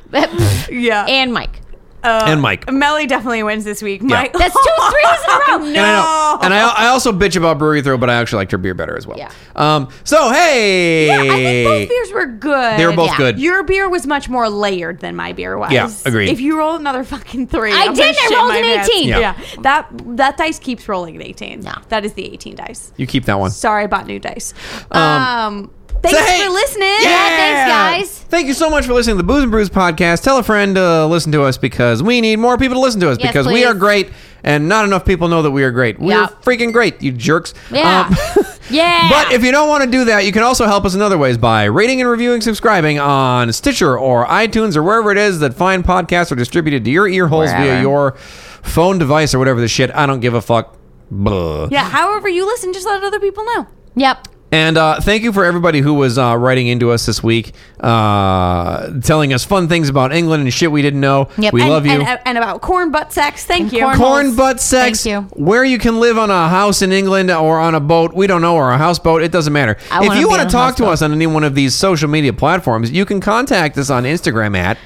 yeah. Uh,
and Mike.
and Mike.
Melly definitely wins this week. Mike,
That's two threes in a row.
No.
And I know, and I, I also bitch about Brewery Throw, but I actually liked her beer better as well.
Yeah.
Um. So hey,
Yeah, I think both beers were good.
They were both
Yeah.
good.
Your beer was much more layered than my beer was.
Yeah, agreed.
If you roll another fucking three,
I
I'm
did,
gonna
I
shit
rolled
my
an
pants.
18.
Yeah.
Yeah. that that dice keeps rolling at eighteen.
Yeah.
that is the eighteen dice.
you keep that one.
Sorry, I bought new dice. Um, thanks
So, hey-
for listening.
Yeah, thanks, guys.
Thank you so much for listening to the Booze and Brews podcast. Tell a friend to listen to us because we need more people to listen to us
Yes,
because we
please.
are great and not enough people know that we are great. We're
Yeah.
freaking great, you jerks. Um,
Yeah. Yeah.
But if you don't want to do that, you can also help us in other ways by rating and reviewing, subscribing on Stitcher or iTunes or wherever it is that fine podcasts are distributed to your ear holes via
Wherever.
your phone device or whatever the shit. I don't give a fuck. Blah.
Yeah, however you listen, just let other people know.
Yep.
And uh, thank you for everybody who was uh, writing into us this week, uh, telling us fun things about England and shit we didn't know.
Yep.
We
And-
love you.
And, and about corn butt sex. Thank you.
corn
corn butt sex
Thank you.
where you can live on a house in england or on a boat we don't know or a houseboat it doesn't matter
I
if
wanna
you
be
want
on
to
a
talk to
houseboat.
us on any one of these social media platforms you can contact us on instagram at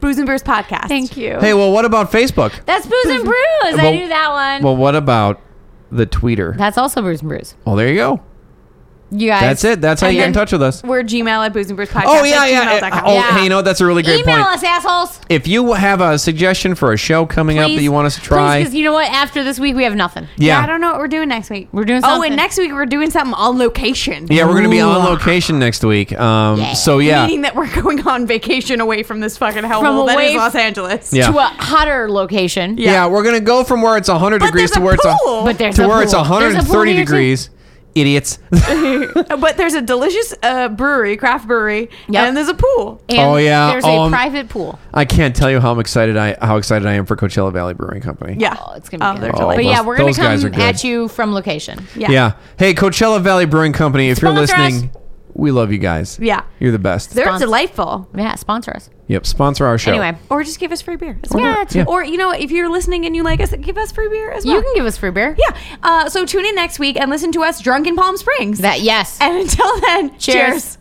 Booze and Beers podcast.
Thank you.
hey well what about facebook
That's Booze and Brews. I
Well-
knew that one.
well what about the tweeter
That's also Bruce and Brews.
well there you go
You guys.
that's it that's how
And
you get in
then-
touch with us
We're Gmail at Booze and Brews podcast.
oh yeah yeah
At gmail.com.
oh
Yeah.
hey you know what? that's a really great
Email
point
us, assholes.
if you have a suggestion for a show coming up that you want us to try
Because you know what? After this week, we have nothing.
yeah
I don't know what we're doing next week.
We're doing
Oh,
something.
and next week we're doing something on location.
yeah we're gonna be on location next week um so yeah
Meaning that we're going on vacation away from this fucking
From
hellhole that
away
is
f-
Los Angeles.
yeah
To a hotter location.
Yeah. we're gonna go from where it's 100
But there's
degrees to
a
where
pool.
But
it's
there's
to
a
where it's
pool. There's a pool
130
here, too.
degrees. Idiots.
But there's a delicious uh, brewery, craft brewery,
Yep.
and there's a pool.
And
Oh, yeah.
There's
Um,
a private pool.
I can't tell you how I'm excited I how excited I am for Coachella Valley Brewing Company.
Yeah. Um,
Oh, it's gonna be.
they're
good.
Oh,
But
delightful.
yeah,
those-
we're gonna
those guys are
come
good.
at you from location.
Yeah. Hey, Coachella Valley Brewing Company, if you're
Sponsor
listening, we love you guys.
Yeah.
You're the best.
They're
Sponsor.
delightful.
Yeah, sponsor us.
yep, sponsor our show.
Anyway,
Or just give us free beer. It's
Yeah,
fine.
it's- Yeah.
Or, you know, if you're listening and you like us, give us free beer as well.
you can give us free beer.
Yeah. Uh, so tune in next week and listen to us drunk in Palm Springs.
That yes.
and until then,
Cheers.
cheers.